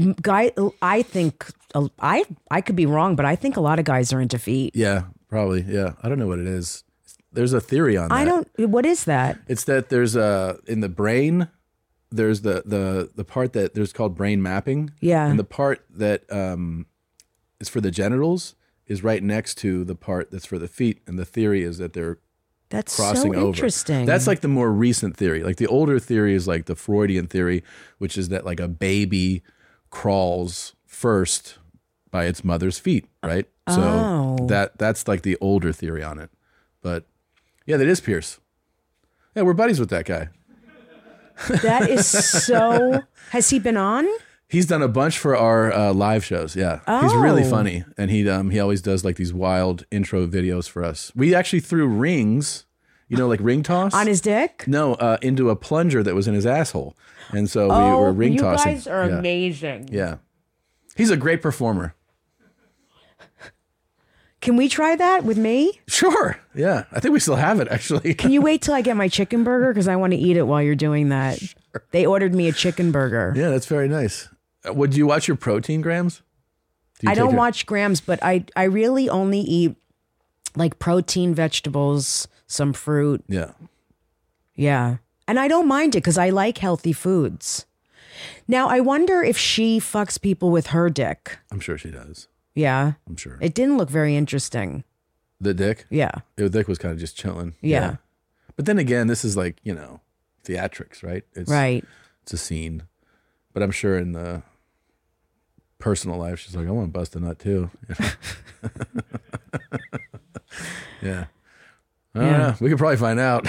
Speaker 2: M- Guy, I think a- I I could be wrong, but I think a lot of guys are into feet.
Speaker 1: Yeah, probably. Yeah. I don't know what it is. There's a theory on that.
Speaker 2: I don't. What is that?
Speaker 1: It's that there's a in the brain. There's the the the part that there's called brain mapping.
Speaker 2: Yeah.
Speaker 1: And the part that um, is for the genitals is right next to the part that's for the feet. And the theory is that they're
Speaker 2: That's
Speaker 1: crossing
Speaker 2: so
Speaker 1: over.
Speaker 2: interesting.
Speaker 1: That's like the more recent theory. Like the older theory is like the Freudian theory, which is that like a baby crawls first by its mother's feet, right?
Speaker 2: Oh.
Speaker 1: So that that's like the older theory on it. But yeah, that is Pierce. Yeah, we're buddies with that guy.
Speaker 2: that is so. Has he been on?
Speaker 1: He's done a bunch for our uh, live shows. Yeah, he's really
Speaker 2: Oh.
Speaker 1: funny, and he um, he always does like these wild intro videos for us. We actually threw rings, you know, like ring toss
Speaker 2: On his dick?
Speaker 1: No, uh, into a plunger that was in his asshole, and so we
Speaker 2: oh,
Speaker 1: were ring
Speaker 2: you
Speaker 1: tossing.
Speaker 2: guys are
Speaker 1: yeah.
Speaker 2: amazing.
Speaker 1: Yeah, he's a great performer.
Speaker 2: Can we try that with me?
Speaker 1: Sure. Yeah, I think we still have it actually.
Speaker 2: Can you wait till I get my chicken burger because I want to eat it while you're doing that? They ordered me a chicken burger.
Speaker 1: yeah, that's very nice. Uh, Would you watch your protein grams? Do you
Speaker 2: I
Speaker 1: take
Speaker 2: don't
Speaker 1: it-
Speaker 2: watch grams, but I I really only eat like protein, vegetables, some fruit.
Speaker 1: Yeah.
Speaker 2: Yeah. And I don't mind it because I like healthy foods. Now I wonder if she fucks people with her dick.
Speaker 1: I'm sure she does.
Speaker 2: Yeah.
Speaker 1: I'm sure.
Speaker 2: It didn't look very interesting.
Speaker 1: the dick.
Speaker 2: Yeah.
Speaker 1: The dick was kind of just chilling.
Speaker 2: Yeah.
Speaker 1: But then again, this is like, you know, theatrics, right? It's,
Speaker 2: Right.
Speaker 1: It's a scene. But I'm sure in the personal life, she's like, I want to bust a nut too. yeah. I don't
Speaker 2: Yeah.
Speaker 1: know. We could probably find out.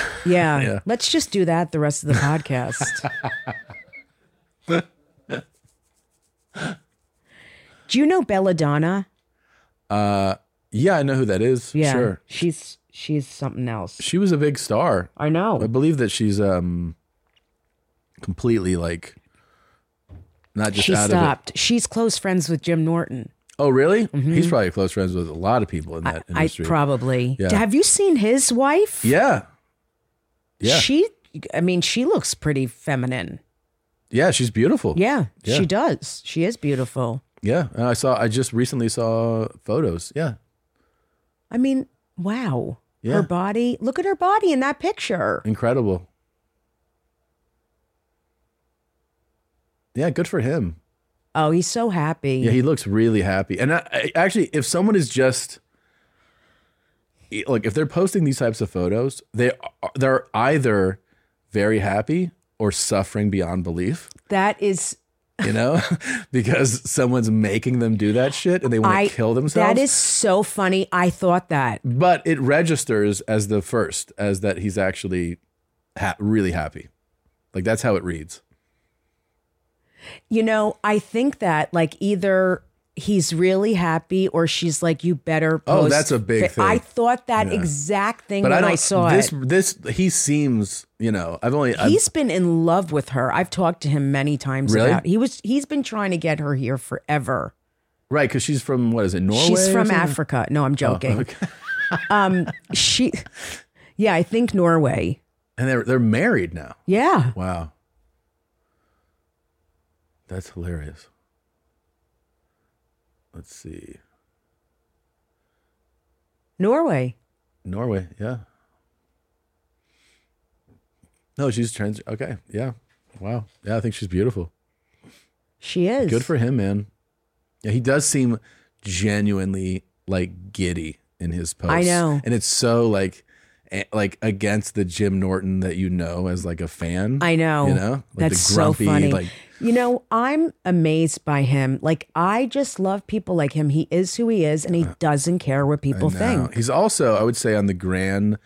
Speaker 2: Yeah.
Speaker 1: Yeah.
Speaker 2: Let's just do that the rest of the podcast. do you know Belladonna?
Speaker 1: yeah, I know who that is.
Speaker 2: Yeah.
Speaker 1: Sure.
Speaker 2: She's she's something else.
Speaker 1: She was a big star.
Speaker 2: I know.
Speaker 1: I believe that she's um completely like not just
Speaker 2: she
Speaker 1: out of it.
Speaker 2: stopped. She's close friends with Jim Norton.
Speaker 1: Oh, really? He's probably close friends with a lot of people in that
Speaker 2: I
Speaker 1: industry.
Speaker 2: probably.
Speaker 1: Yeah.
Speaker 2: Have you seen his wife?
Speaker 1: Yeah. Yeah.
Speaker 2: She I mean, she looks pretty feminine.
Speaker 1: yeah, she's beautiful.
Speaker 2: Yeah,
Speaker 1: Yeah.
Speaker 2: she does. She is beautiful.
Speaker 1: Yeah. And I saw I just recently saw photos. Yeah.
Speaker 2: I mean, wow.
Speaker 1: Yeah.
Speaker 2: Her body. Look at her body in that picture.
Speaker 1: Incredible. Yeah, good for him.
Speaker 2: Oh, he's so happy.
Speaker 1: Yeah, he looks really happy. And I, I, actually, if someone is just e, like if they're posting these types of photos, they are, they're either very happy or suffering beyond belief,
Speaker 2: that is
Speaker 1: you know, because someone's making them do that shit and they want
Speaker 2: I
Speaker 1: to kill themselves.
Speaker 2: That is so funny. I thought that.
Speaker 1: but it registers as the first as that he's actually ha- really happy like that's how it reads
Speaker 2: You know, I think that like either he's really happy or she's like you better
Speaker 1: Oh,
Speaker 2: post
Speaker 1: that's a big thing.
Speaker 2: I thought that exact thing
Speaker 1: But
Speaker 2: when
Speaker 1: I don't.
Speaker 2: I, saw
Speaker 1: this,
Speaker 2: it.
Speaker 1: This he seems. You know, I've only. I've,
Speaker 2: He's been in love with her. I've talked to him many times
Speaker 1: Really?
Speaker 2: about. He was he's been trying to get her here forever.
Speaker 1: right because she's from what is it? Norway.
Speaker 2: She's
Speaker 1: or
Speaker 2: from
Speaker 1: something? Oh,
Speaker 2: Africa. No, I'm joking. um she Yeah, I think Norway.
Speaker 1: and they're they're married now.
Speaker 2: Yeah.
Speaker 1: Wow. That's hilarious. Let's see.
Speaker 2: Norway.
Speaker 1: Norway, yeah. No, she's trans. Okay, yeah. Wow. Yeah, I think she's beautiful.
Speaker 2: She is.
Speaker 1: Good for him, man. Yeah, he does seem genuinely like giddy in his posts.
Speaker 2: I know.
Speaker 1: And it's so like a- like against the Jim Norton that you know as like a fan.
Speaker 2: I know.
Speaker 1: You know? Like
Speaker 2: That's
Speaker 1: the grumpy,
Speaker 2: so funny.
Speaker 1: like
Speaker 2: you know, I'm amazed by him. Like I just love people like him. He is who he is and
Speaker 1: Uh,
Speaker 2: he doesn't care what people
Speaker 1: No.
Speaker 2: think.
Speaker 1: He's also, I would say, on the grand,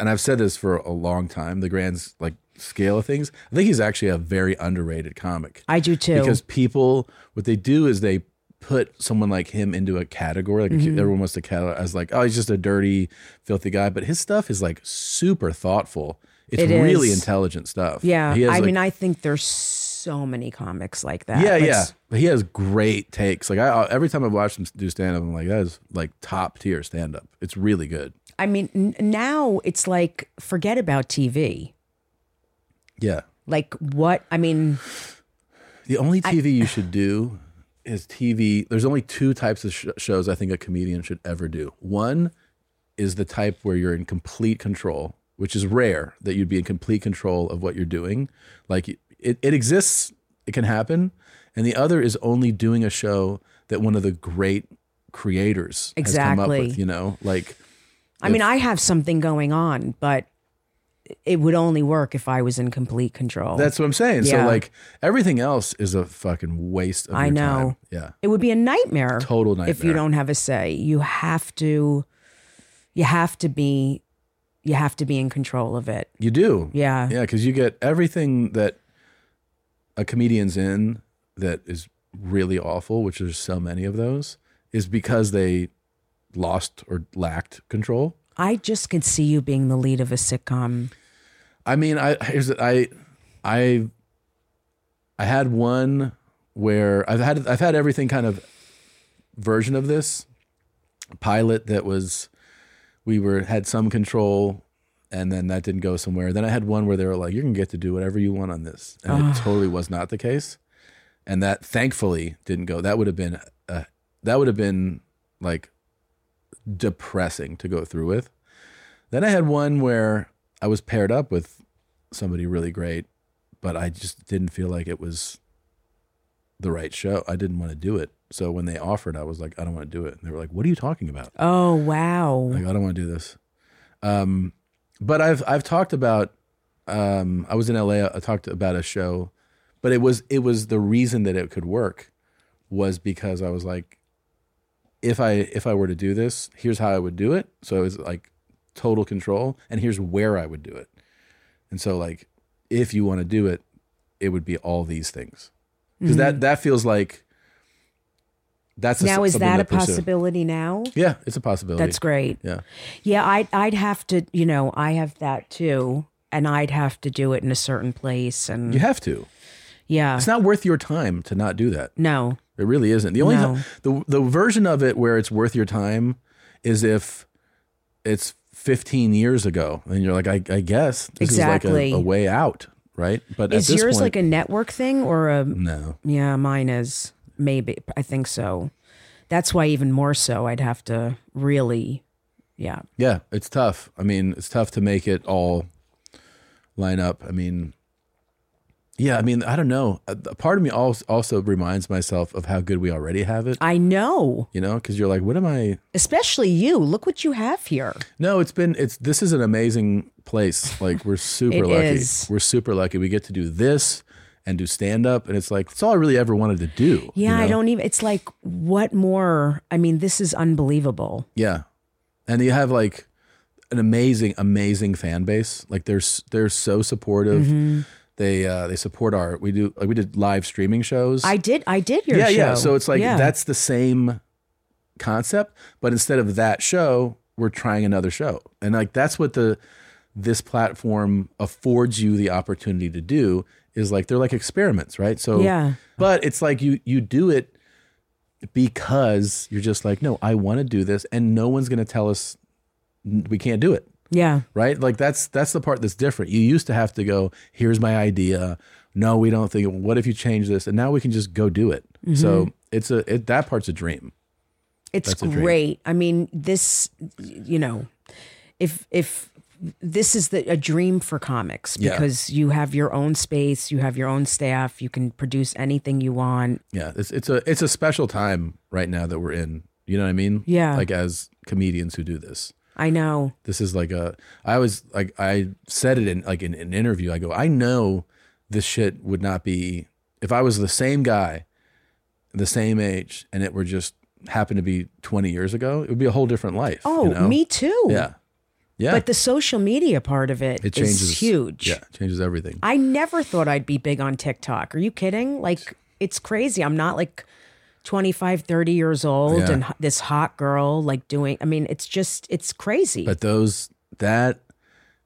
Speaker 1: and I've said this for a long time, the grand like scale of things. I think he's actually a very underrated comic
Speaker 2: I do too.
Speaker 1: because people, what they do is they put someone like him into a category. Like
Speaker 2: Mm-hmm.
Speaker 1: everyone wants to categorize as like, oh, he's just a dirty, filthy guy. But his stuff is like super thoughtful. It's
Speaker 2: It
Speaker 1: really
Speaker 2: is.
Speaker 1: intelligent stuff.
Speaker 2: yeah.
Speaker 1: He has,
Speaker 2: I
Speaker 1: like,
Speaker 2: mean, I think there's so many comics like that.
Speaker 1: yeah,
Speaker 2: Like,
Speaker 1: yeah. But he has great takes. Like I, every time I've watched him do stand up, I'm like, that is like top tier stand up. It's really good.
Speaker 2: I mean, n- now it's like forget about TV.
Speaker 1: Yeah.
Speaker 2: Like what? I mean,
Speaker 1: The only TV you should do is TV. There's only two types of sh- shows I think a comedian should ever do. One is the type where you're in complete control, which is rare that you'd be in complete control of what you're doing. Like it, it exists, it can happen. And the other is only doing a show that one of the great creators has come up
Speaker 2: Exactly.
Speaker 1: with, you know, like
Speaker 2: I mean, I have something going on, but it would only work if I was in complete control.
Speaker 1: that's what I'm saying.
Speaker 2: Yeah.
Speaker 1: So like everything else is a fucking waste of
Speaker 2: I
Speaker 1: your
Speaker 2: know.
Speaker 1: time. Yeah.
Speaker 2: it would be a nightmare.
Speaker 1: Total
Speaker 2: If you
Speaker 1: nightmare.
Speaker 2: don't have a say, you have to you have to be you have to be in control of it.
Speaker 1: You do.
Speaker 2: Yeah.
Speaker 1: Yeah, because you get everything that a comedian's in that is really awful, which there's so many of those, is because they lost or lacked control.
Speaker 2: I just could see you being the lead of a sitcom.
Speaker 1: I mean, I here's the- I I I had one where I've had I've had everything kind of version of this pilot that was we were had some control and then that didn't go somewhere. Then I had one where they were like, "You can get to do whatever you want on this," and it totally was not the case. And that thankfully didn't go. That would have been uh, that would have been like depressing to go through with. Then I had one where I was paired up with somebody really great, but I just didn't feel like it was the right show. I didn't want to do it. So when they offered, I was like, I don't want to do it. And they were like, What are you talking about?
Speaker 2: Oh wow.
Speaker 1: Like, I don't want to do this. Um, but I've I've talked about um, I was in LA. I talked about a show, but it was it was the reason that it could work was because I was like, if I if I were to do this, here's how I would do it. So it was like total control, and here's where I would do it. And so like, if you want to do it, it would be all these things because that that feels like that's a,
Speaker 2: Mm-hmm. Now is
Speaker 1: something
Speaker 2: that a
Speaker 1: to pursue.
Speaker 2: possibility now?
Speaker 1: Yeah, it's a possibility.
Speaker 2: That's great.
Speaker 1: yeah.
Speaker 2: Yeah, I'd I'd have to, you know, I have that too, and I'd have to do it in a certain place, and
Speaker 1: You have to.
Speaker 2: yeah,
Speaker 1: It's not worth your time to not do that.
Speaker 2: no,
Speaker 1: It really isn't. The only
Speaker 2: No.
Speaker 1: the the version of it where it's worth your time is if it's 15 years ago and you're like, I, I guess this
Speaker 2: Exactly.
Speaker 1: is like a, a way out, right? But
Speaker 2: is
Speaker 1: at this
Speaker 2: yours
Speaker 1: point,
Speaker 2: like a network thing or a?
Speaker 1: no.
Speaker 2: Yeah, mine is maybe. I think so. That's why even more so, I'd have to really, yeah,
Speaker 1: Yeah, it's tough. I mean, it's tough to make it all line up. I mean, yeah, I mean, I don't know. A a part of me als- also reminds myself of how good we already have it,
Speaker 2: I know.
Speaker 1: you know, because you're like, what am I?
Speaker 2: Especially you. Look what you have here.
Speaker 1: No, it's been it's this is an amazing place. Like we're super
Speaker 2: It
Speaker 1: lucky.
Speaker 2: is.
Speaker 1: We're super lucky. We get to do this and do stand up and it's like it's all I really ever wanted to do.
Speaker 2: Yeah,
Speaker 1: you
Speaker 2: I
Speaker 1: know?
Speaker 2: don't even. It's like, what more? I mean, this is unbelievable.
Speaker 1: Yeah. And you have
Speaker 2: Mm-hmm.
Speaker 1: like an amazing amazing fan base. Like they're s- they're so supportive. they uh, they support our we do like we did live streaming shows.
Speaker 2: I did. I did your
Speaker 1: yeah,
Speaker 2: show.
Speaker 1: yeah. So it's like
Speaker 2: Yeah.
Speaker 1: that's the same concept, but instead of that show, we're trying another show, and like that's what the this platform affords you the opportunity to do is like they're like experiments, right? So
Speaker 2: Yeah.
Speaker 1: but it's like you you do it because you're just like no, I want to do this, and no one's gonna tell us "N- we can't do it
Speaker 2: yeah.
Speaker 1: right? Like that's that's the part that's different. You used to have to go, here's my idea. No, we don't think. What if you change this? And now we can just go do it.
Speaker 2: Mm-hmm.
Speaker 1: So it's a it, that part's a dream.
Speaker 2: It's
Speaker 1: That's a dream.
Speaker 2: great. I mean, this, you know, if if this is the, a dream for comics
Speaker 1: Yeah.
Speaker 2: because you have your own space, you have your own staff, you can produce anything you want.
Speaker 1: Yeah, it's it's a it's a special time right now that we're in. You know what I mean?
Speaker 2: Yeah.
Speaker 1: Like as comedians who do this,
Speaker 2: I know.
Speaker 1: this is like a. I was like I said it in like in, an interview. I go, I know this shit would not be if I was the same guy, the same age, and it were just happened to be 20 years ago. It would be a whole different life. you
Speaker 2: Oh,
Speaker 1: know?
Speaker 2: me too.
Speaker 1: Yeah. Yeah.
Speaker 2: But the social media part of it,
Speaker 1: it changes
Speaker 2: is huge.
Speaker 1: Yeah, it changes everything.
Speaker 2: I never thought I'd be big on TikTok. Are you kidding? Like it's crazy. I'm not like 25, 30 years old
Speaker 1: Yeah.
Speaker 2: and h- this hot girl like doing I mean, it's just it's crazy.
Speaker 1: But those that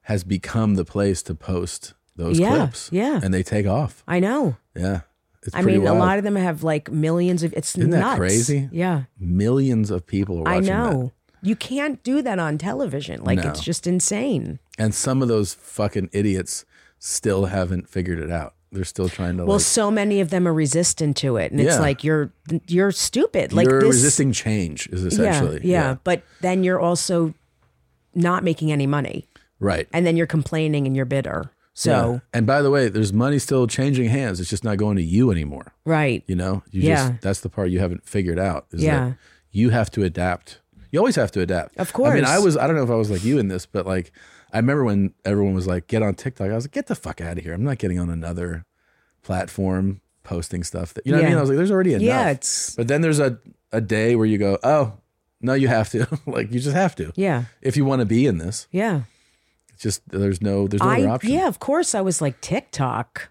Speaker 1: has become the place to post those
Speaker 2: Yeah,
Speaker 1: clips.
Speaker 2: yeah.
Speaker 1: And they take off.
Speaker 2: I know.
Speaker 1: Yeah. It's
Speaker 2: I
Speaker 1: pretty
Speaker 2: mean,
Speaker 1: wild.
Speaker 2: a lot of them have like millions of it's
Speaker 1: Isn't that
Speaker 2: nuts.
Speaker 1: crazy?
Speaker 2: Yeah.
Speaker 1: millions of people are watching
Speaker 2: I
Speaker 1: that.
Speaker 2: know. You can't do that on television. Like
Speaker 1: No.
Speaker 2: it's just insane.
Speaker 1: And some of those fucking idiots still haven't figured it out. They're still trying to
Speaker 2: Well,
Speaker 1: like
Speaker 2: so many of them are resistant to it. And it's
Speaker 1: Yeah.
Speaker 2: like you're you're stupid. Like
Speaker 1: you're
Speaker 2: this
Speaker 1: resisting change is essentially.
Speaker 2: yeah, yeah. But then you're also not making any money.
Speaker 1: Right.
Speaker 2: and then you're complaining and you're bitter. So
Speaker 1: Yeah. and by the way, there's money still changing hands. It's just not going to you anymore.
Speaker 2: right,
Speaker 1: You know, you
Speaker 2: Yeah.
Speaker 1: just that's the part you haven't figured out. Is
Speaker 2: Yeah.
Speaker 1: that you have to adapt. You always have to adapt.
Speaker 2: Of
Speaker 1: I mean,
Speaker 2: course.
Speaker 1: I was I don't know if I was like you in this, but like I remember when everyone was like, get on TikTok. I was like, get the fuck out of here. I'm not getting on another platform posting stuff that you know what
Speaker 2: Yeah.
Speaker 1: I mean? I was like, there's already enough.
Speaker 2: yeah, it's
Speaker 1: but then there's a, a day where you go, Oh, no, you have to. like you just have to.
Speaker 2: yeah,
Speaker 1: If you want to be in this.
Speaker 2: yeah.
Speaker 1: It's just there's no there's no
Speaker 2: I
Speaker 1: other option.
Speaker 2: yeah, of course, I was like TikTok,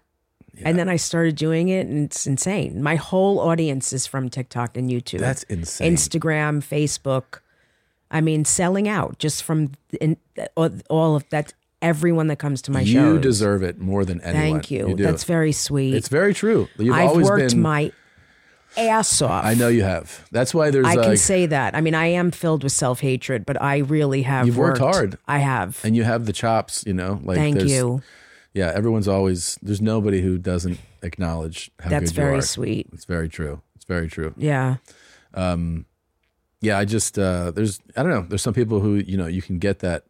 Speaker 2: and then I started doing it, and it's insane. My whole audience is from TikTok and YouTube,
Speaker 1: That's insane.
Speaker 2: Instagram, Facebook. I mean, selling out just from the- in, all- all of that. Everyone that comes to my
Speaker 1: you
Speaker 2: show.
Speaker 1: deserve it more than anyone.
Speaker 2: Thank you.
Speaker 1: do.
Speaker 2: That's very sweet.
Speaker 1: it's very true. You've
Speaker 2: I've
Speaker 1: always
Speaker 2: worked
Speaker 1: been
Speaker 2: my ass off.
Speaker 1: I know you have. That's why there's
Speaker 2: I
Speaker 1: like,
Speaker 2: can say that. I mean, I am filled with self hatred, but I really have.
Speaker 1: You've worked hard.
Speaker 2: I have.
Speaker 1: and you have the chops, you know. Like,
Speaker 2: Thank
Speaker 1: there's,
Speaker 2: you.
Speaker 1: Yeah, everyone's always there's nobody who doesn't acknowledge how
Speaker 2: That's
Speaker 1: good you
Speaker 2: very
Speaker 1: are.
Speaker 2: sweet.
Speaker 1: It's very true. It's very true.
Speaker 2: Yeah.
Speaker 1: Yeah, I just uh, there's I don't know. There's some people who you know you can get that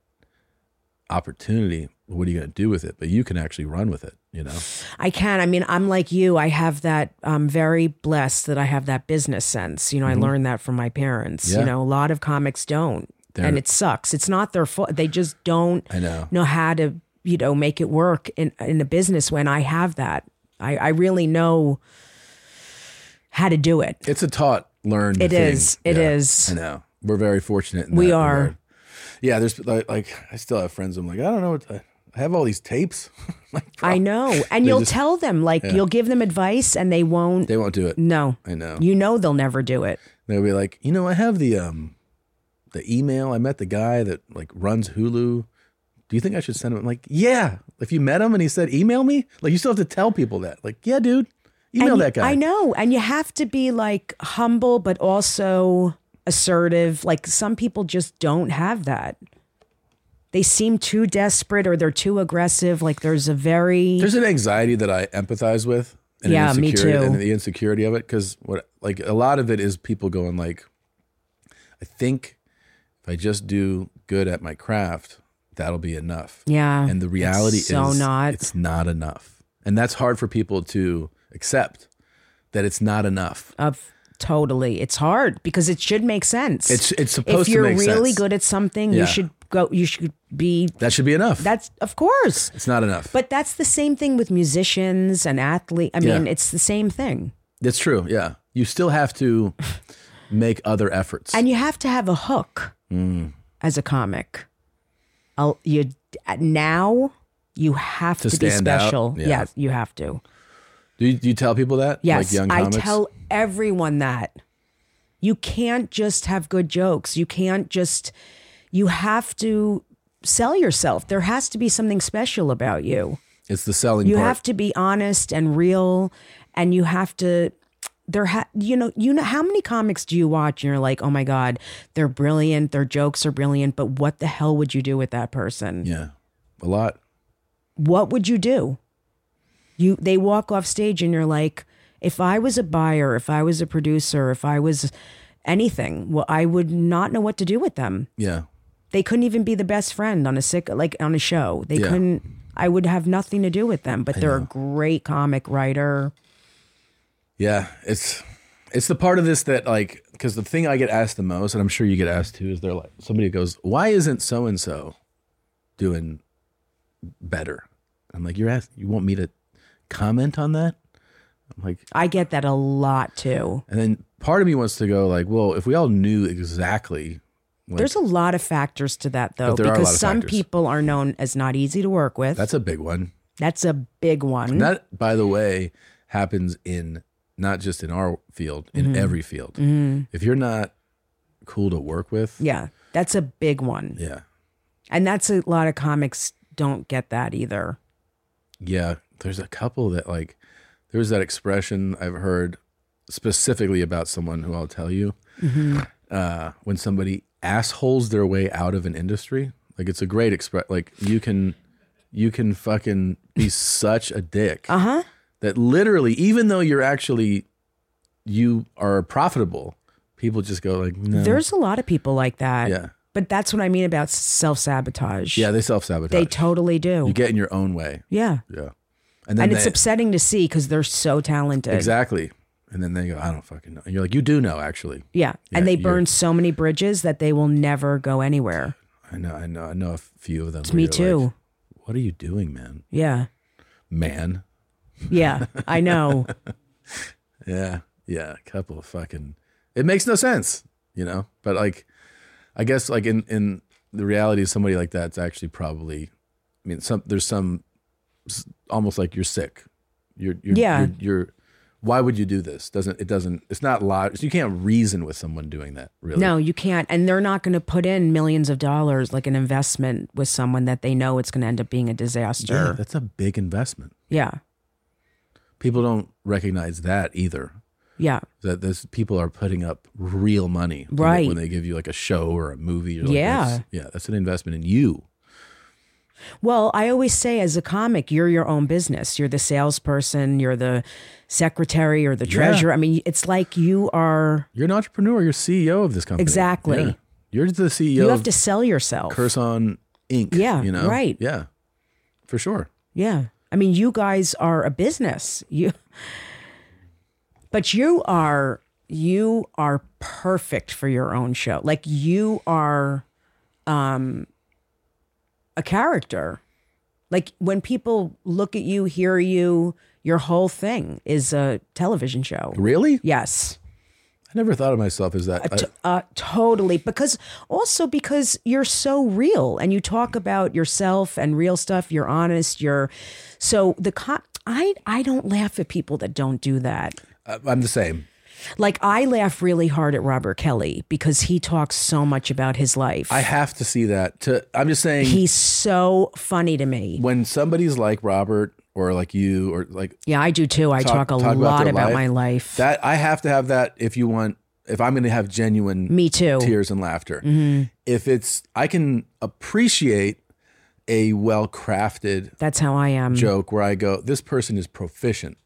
Speaker 1: opportunity. What are you going to do with it? But you can actually run with it. You know.
Speaker 2: I can. I mean, I'm like you. I have that. I'm very blessed that I have that business sense. You know, I learned that from my parents.
Speaker 1: Mm-hmm. Yeah.
Speaker 2: You know, a lot of comics don't,
Speaker 1: They're-
Speaker 2: and it sucks. It's not their fault. They just don't
Speaker 1: I know.
Speaker 2: know how to, you know, make it work in in a business. When I have that, I, I really know how to do it.
Speaker 1: It's a taught, learned.
Speaker 2: It
Speaker 1: It is.
Speaker 2: is. It is.
Speaker 1: I know. We're very fortunate. In
Speaker 2: We
Speaker 1: that
Speaker 2: are.
Speaker 1: regard. Yeah, there's like, like I still have friends. I'm like I don't know what to, I have all these tapes. like,
Speaker 2: I know. And
Speaker 1: They
Speaker 2: you'll
Speaker 1: just-
Speaker 2: tell them, like, you'll give them advice and they won't.
Speaker 1: they won't do it.
Speaker 2: no.
Speaker 1: I know.
Speaker 2: You know they'll never do it.
Speaker 1: They'll be like, you know, I have the um, the email. I met the guy that like runs Hulu. Do you think I should send him? I'm like, yeah. If you met him and he said, email me, like you still have to tell people that. Like, yeah, dude, email
Speaker 2: And
Speaker 1: that guy.
Speaker 2: I know. And you have to be like humble, but also assertive. Like, some people just don't have that. They seem too desperate or they're too aggressive. Like, there's a very.
Speaker 1: There's an anxiety that I empathize with. And an
Speaker 2: Yeah, me
Speaker 1: insecurity-
Speaker 2: too.
Speaker 1: And the insecurity of it, because what like a lot of it is people going like, I think if I just do good at my craft, that'll be enough.
Speaker 2: yeah.
Speaker 1: And the reality
Speaker 2: it's so
Speaker 1: is
Speaker 2: not.
Speaker 1: it's not enough. And that's hard for people to accept that it's not enough.
Speaker 2: of totally. It's hard because it should make sense.
Speaker 1: It's it's supposed
Speaker 2: if you're
Speaker 1: to make
Speaker 2: really
Speaker 1: sense.
Speaker 2: good at something,
Speaker 1: Yeah.
Speaker 2: you should go, you should be.
Speaker 1: That should be enough.
Speaker 2: That's, of course.
Speaker 1: it's not enough.
Speaker 2: But that's the same thing with musicians and athletes. I mean,
Speaker 1: Yeah.
Speaker 2: it's the same thing.
Speaker 1: That's true. Yeah. You still have to make other efforts.
Speaker 2: And you have to have a
Speaker 1: Mm.
Speaker 2: hook as a comic. I'll, you now You have to, be
Speaker 1: stand out?
Speaker 2: special.
Speaker 1: Yeah.
Speaker 2: Yes, you have to.
Speaker 1: Do you, do you tell people that?
Speaker 2: Yes,
Speaker 1: like young
Speaker 2: I
Speaker 1: comics?
Speaker 2: tell everyone that. You can't just have good jokes. You can't just you have to sell yourself. There has to be something special about you.
Speaker 1: it's the selling
Speaker 2: You
Speaker 1: part.
Speaker 2: have to be honest and real, and you have to. There, ha- you know, you know, how many comics do you watch? And you're like, oh my god, they're brilliant. Their jokes are brilliant, but what the hell would you do with that person?
Speaker 1: yeah, a lot.
Speaker 2: What would you do? You they walk off stage, and you're like, if I was a buyer, if I was a producer, if I was anything, well, I would not know what to do with them.
Speaker 1: Yeah,
Speaker 2: They couldn't even be the best friend on a sick like on a show. They
Speaker 1: Yeah.
Speaker 2: couldn't. I would have nothing to do with them. But they're a great comic writer.
Speaker 1: yeah. It's it's the part of this that like because the thing I get asked the most, and I'm sure you get asked too, is they're like somebody goes, "Why isn't so and so doing better?" I'm like, "You're asking. You want me to comment on that?" I'm like,
Speaker 2: I get that a lot too.
Speaker 1: and then part of me wants to go like, "Well, if we all knew exactly." Like,
Speaker 2: There's a lot of factors to that though,
Speaker 1: But there are a
Speaker 2: because
Speaker 1: lot of
Speaker 2: some
Speaker 1: factors.
Speaker 2: people are known as not easy to work with.
Speaker 1: that's a big one.
Speaker 2: That's a big one.
Speaker 1: And that, by the way, happens in not just in our field, in every field. If you're not cool to work with,
Speaker 2: yeah, that's a big one.
Speaker 1: yeah,
Speaker 2: And that's a lot of comics don't get that either.
Speaker 1: yeah. There's a couple that like, there's that expression I've heard specifically about someone who I'll tell you
Speaker 2: Mm-hmm.
Speaker 1: uh, when somebody assholes their way out of an industry. Like it's a great express. Like you can, you can fucking be such a dick.
Speaker 2: Uh huh.
Speaker 1: that literally, even though you're actually you are profitable, people just go like, no.
Speaker 2: There's a lot of people like that.
Speaker 1: yeah,
Speaker 2: But that's what I mean about self sabotage.
Speaker 1: yeah, they self sabotage.
Speaker 2: They totally do.
Speaker 1: you get in your own way.
Speaker 2: yeah.
Speaker 1: Yeah, and then
Speaker 2: And
Speaker 1: they,
Speaker 2: it's upsetting to see because they're so talented.
Speaker 1: exactly, and then they go, I don't fucking know, and you're like, you do know actually.
Speaker 2: Yeah.
Speaker 1: Yeah,
Speaker 2: And they
Speaker 1: you're-
Speaker 2: burn so many bridges that they will never go anywhere.
Speaker 1: I know, I know, I know a few of them. where
Speaker 2: Me
Speaker 1: you're
Speaker 2: too.
Speaker 1: like, what are you doing, man?
Speaker 2: yeah.
Speaker 1: Man,
Speaker 2: Yeah. I know.
Speaker 1: yeah, yeah, a couple of fucking. It makes no sense, you know. But like, I guess like in in the reality, somebody like that's actually probably. I mean, some there's some s- almost like you're sick. You're you're
Speaker 2: Yeah.
Speaker 1: You're, you're why would you do this? Doesn't it doesn't it's not logical. You can't reason with someone doing that, really.
Speaker 2: No, you can't. And they're not going to put in millions of dollars like an investment with someone that they know it's going to end up being a
Speaker 1: Yeah,
Speaker 2: disaster.
Speaker 1: that's a big investment.
Speaker 2: Yeah.
Speaker 1: People don't recognize that either.
Speaker 2: Yeah.
Speaker 1: That this people are putting up real money when they-
Speaker 2: Right.
Speaker 1: when they give you like a show or a movie. You're like,
Speaker 2: Yeah.
Speaker 1: "That's- yeah, that's an investment in you.
Speaker 2: Well, I always say as a comic, you're your own business. You're the salesperson, you're the secretary or the treasurer. I mean, it's like you are,
Speaker 1: You're an entrepreneur. You're CEO of this company.
Speaker 2: Exactly.
Speaker 1: Yeah. You're the CEO
Speaker 2: you
Speaker 1: of
Speaker 2: have to sell yourself.
Speaker 1: Curson Inc.
Speaker 2: Yeah,
Speaker 1: You know.
Speaker 2: right.
Speaker 1: Yeah. For sure.
Speaker 2: Yeah. I mean, you guys are a business. You But you are you are perfect for your own show. Like you are um a character. Like when people look at you, hear you, your whole thing is a television show.
Speaker 1: Really?
Speaker 2: Yes.
Speaker 1: I never thought of myself as that. I-
Speaker 2: T- uh, totally. Because also because you're so real and you talk about yourself and real stuff. You're honest. You're so the co- I I don't laugh at people that don't do that.
Speaker 1: I, I'm the same.
Speaker 2: Like I laugh really hard at Robert Kelly because he talks so much about his life.
Speaker 1: I have to see that. To I'm just saying
Speaker 2: He's so funny to me.
Speaker 1: when somebody's like Robert or like you or like
Speaker 2: Yeah, I do too. I
Speaker 1: Talk-
Speaker 2: talk, a
Speaker 1: talk about
Speaker 2: lot
Speaker 1: their
Speaker 2: about
Speaker 1: life.
Speaker 2: my life.
Speaker 1: that, I have to have that if you want. If I'm going to have genuine
Speaker 2: me too.
Speaker 1: tears and laughter.
Speaker 2: Mm-hmm.
Speaker 1: If it's I can appreciate a well crafted
Speaker 2: That's how I am.
Speaker 1: joke where I go, this person is proficient,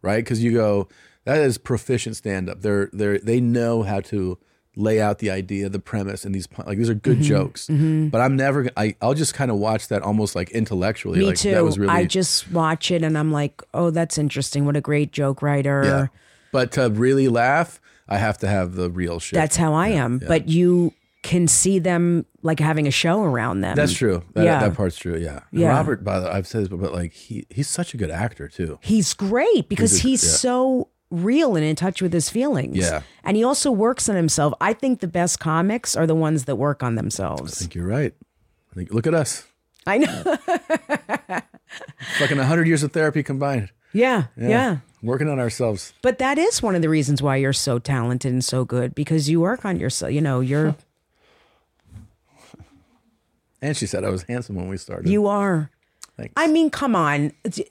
Speaker 1: right? Because you go, that is proficient stand up. They're they they know how to lay out the idea, the premise, and these pun- like these are
Speaker 2: Mm-hmm.
Speaker 1: good jokes. But I'm never gonna- I I'll just kind of watch that almost like intellectually.
Speaker 2: Me
Speaker 1: like
Speaker 2: too.
Speaker 1: that was really
Speaker 2: I just watch it and I'm like, oh, that's interesting. What a great joke writer.
Speaker 1: yeah. But to really laugh, I have to have the real shit.
Speaker 2: That's how I am. But you can see them like having a show around them.
Speaker 1: that's true. That,
Speaker 2: Mm. Yeah.
Speaker 1: that part's true. Yeah. And
Speaker 2: Yeah.
Speaker 1: Robert, by the I've said this, but, but like he he's such a good actor too.
Speaker 2: He's great because
Speaker 1: He's
Speaker 2: he's,
Speaker 1: a- yeah.
Speaker 2: so real and in touch with his feelings.
Speaker 1: Yeah.
Speaker 2: And he also works on himself. I think the best comics are the ones that work on
Speaker 1: I
Speaker 2: themselves.
Speaker 1: think you're right. I think look at us.
Speaker 2: I know.
Speaker 1: Fucking 100 years of therapy combined.
Speaker 2: Yeah, yeah.
Speaker 1: Working on ourselves.
Speaker 2: But that is one of the reasons why you're so talented and so good because you work on yourself. You know, you're
Speaker 1: And she said I was handsome when we started.
Speaker 2: you are.
Speaker 1: Thanks.
Speaker 2: I mean, come on. It's-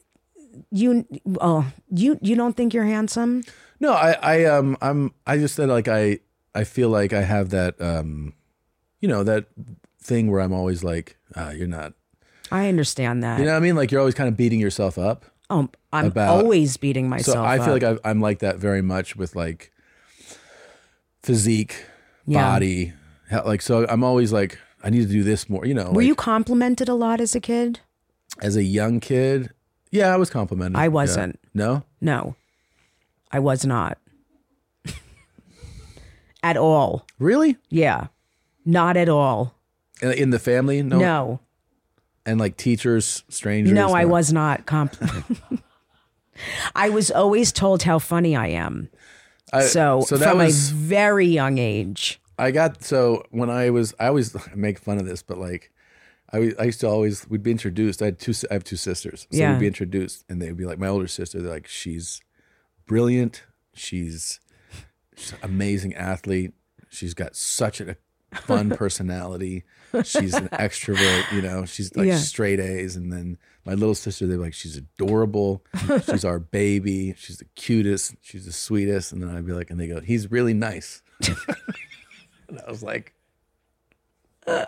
Speaker 2: You oh, you you don't think you're handsome?
Speaker 1: No, I, I, um, I'm, I just said like I, I feel like I have that, um, you know, that thing where I'm always like, ah, you're not,
Speaker 2: I understand that.
Speaker 1: you know what I mean? Like you're always kind of beating yourself up.
Speaker 2: Um, I'm
Speaker 1: About-
Speaker 2: always beating myself.
Speaker 1: So I feel
Speaker 2: up.
Speaker 1: like I've, I'm like that very much with like physique,
Speaker 2: Yeah.
Speaker 1: body, he- like so. I'm always like, I need to do this more. You know,
Speaker 2: were
Speaker 1: like,
Speaker 2: you complimented a lot as a kid?
Speaker 1: as a young kid? Yeah, I was complimented.
Speaker 2: I
Speaker 1: Yeah.
Speaker 2: wasn't.
Speaker 1: No,
Speaker 2: No, I was not at all.
Speaker 1: really?
Speaker 2: Yeah, not at all.
Speaker 1: In, in the family? No.
Speaker 2: No,
Speaker 1: And like teachers, strangers?
Speaker 2: no, I was not complimented. I was always told how funny I am.
Speaker 1: I-
Speaker 2: So,
Speaker 1: Uh, so that
Speaker 2: from
Speaker 1: was
Speaker 2: a very young age.
Speaker 1: I got so when I was I always make fun of this, but like I, was- I used to always we'd be introduced. I had two si- I have two sisters, so
Speaker 2: Yeah.
Speaker 1: we'd be introduced, and they'd be like my older sister. They're like she's brilliant, she's, she's an amazing athlete, she's got such a fun personality, she's an extrovert, you know, she's like
Speaker 2: Yeah.
Speaker 1: straight A's. And then my little sister, they're like she's adorable, she's our baby, she's the cutest, she's the sweetest. And then I'd be like, and they go, he's really nice. And I was like, I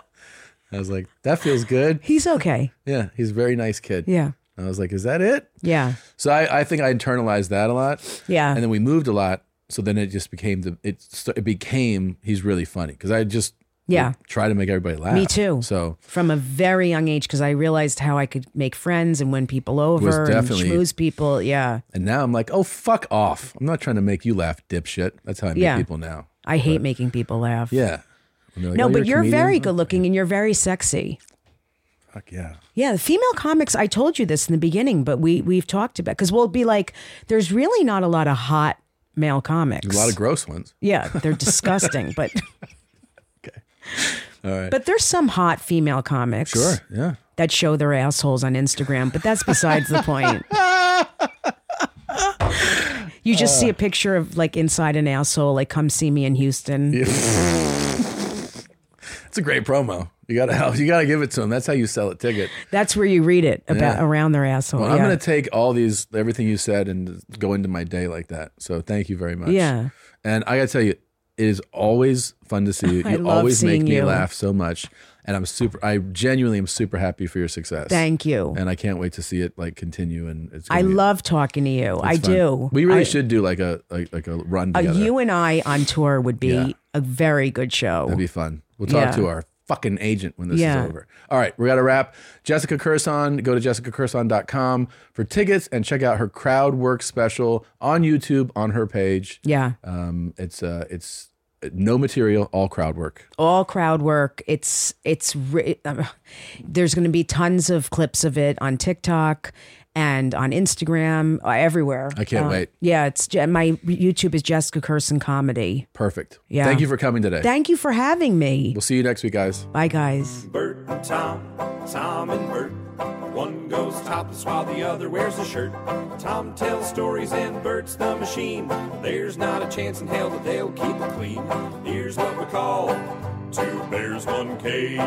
Speaker 1: was like, that feels good.
Speaker 2: He's okay.
Speaker 1: Yeah, he's a very nice kid.
Speaker 2: Yeah,
Speaker 1: I was like, is that it?
Speaker 2: yeah,
Speaker 1: So I, I think I internalized that a lot.
Speaker 2: yeah.
Speaker 1: And then we moved a lot. So then it just became the it st- it became he's really funny because I just
Speaker 2: Yeah.
Speaker 1: would try to make everybody laugh.
Speaker 2: Me too.
Speaker 1: So
Speaker 2: from a very young age, because I realized how I could make friends and win people over and
Speaker 1: definitely-
Speaker 2: schmooze people. Yeah.
Speaker 1: and now I'm like, oh fuck off! I'm not trying to make you laugh, dipshit. That's how I meet
Speaker 2: Yeah.
Speaker 1: people now.
Speaker 2: I hate making people laugh.
Speaker 1: Yeah. And they're like,
Speaker 2: No,
Speaker 1: "Oh,
Speaker 2: but
Speaker 1: a
Speaker 2: you're,
Speaker 1: comedian?"
Speaker 2: very good looking and you're very sexy.
Speaker 1: Fuck yeah.
Speaker 2: Yeah, the female comics, I told you this in the beginning, but we we've talked about because we'll be like, there's really not a lot of hot male comics.
Speaker 1: A lot of gross ones.
Speaker 2: yeah, they're disgusting, but But there's some hot female comics
Speaker 1: Sure. Yeah.
Speaker 2: that show their assholes on Instagram, but that's besides the point. You just
Speaker 1: Uh.
Speaker 2: see a picture of like inside an asshole, like come see me in Houston.
Speaker 1: It's a great promo. You gotta help. You gotta give it to him. That's how you sell a ticket.
Speaker 2: That's where you read it about
Speaker 1: Yeah.
Speaker 2: around their asshole.
Speaker 1: Well, I'm
Speaker 2: yeah.
Speaker 1: gonna take all these, everything you said, and go into my day like that. So thank you very much.
Speaker 2: Yeah.
Speaker 1: And I gotta tell you, it is always fun to see you.
Speaker 2: I
Speaker 1: You
Speaker 2: love
Speaker 1: always make
Speaker 2: seeing
Speaker 1: me
Speaker 2: you.
Speaker 1: laugh so much, and I'm super. I genuinely am super happy for your success.
Speaker 2: Thank you.
Speaker 1: And I can't wait to see it like continue. And it's. gonna
Speaker 2: I
Speaker 1: be-
Speaker 2: love talking to you. I
Speaker 1: it's fun.
Speaker 2: do.
Speaker 1: We really
Speaker 2: I-
Speaker 1: should do like a like, like a run
Speaker 2: uh,
Speaker 1: together.
Speaker 2: you and I on tour would be
Speaker 1: Yeah.
Speaker 2: a very good show.
Speaker 1: That'd be fun. We'll talk
Speaker 2: Yeah.
Speaker 1: to our fucking agent when this
Speaker 2: Yeah.
Speaker 1: is over. All right, we got to wrap. Jessica Curson, go to jessicacurson.com for tickets and check out her crowd work special on YouTube on her page.
Speaker 2: yeah.
Speaker 1: Um, it's uh, it's no material, all crowd work.
Speaker 2: all crowd work. It's it's re- um, there's going to be tons of clips of it on TikTok and on Instagram uh, everywhere.
Speaker 1: I can't
Speaker 2: Uh,
Speaker 1: wait.
Speaker 2: Yeah, it's Je- my YouTube is Jessica Curson comedy.
Speaker 1: Perfect.
Speaker 2: Yeah.
Speaker 1: Thank you for coming today.
Speaker 2: Thank you for having me.
Speaker 1: we'll see you next week, guys.
Speaker 2: Bye guys.
Speaker 6: Bert and Tom, Tom and Bert. One goes topless while the other wears a shirt. Tom tells stories and Bert's the machine. There's not a chance in hell that they'll keep it clean. Here's what we call two bears, one cave.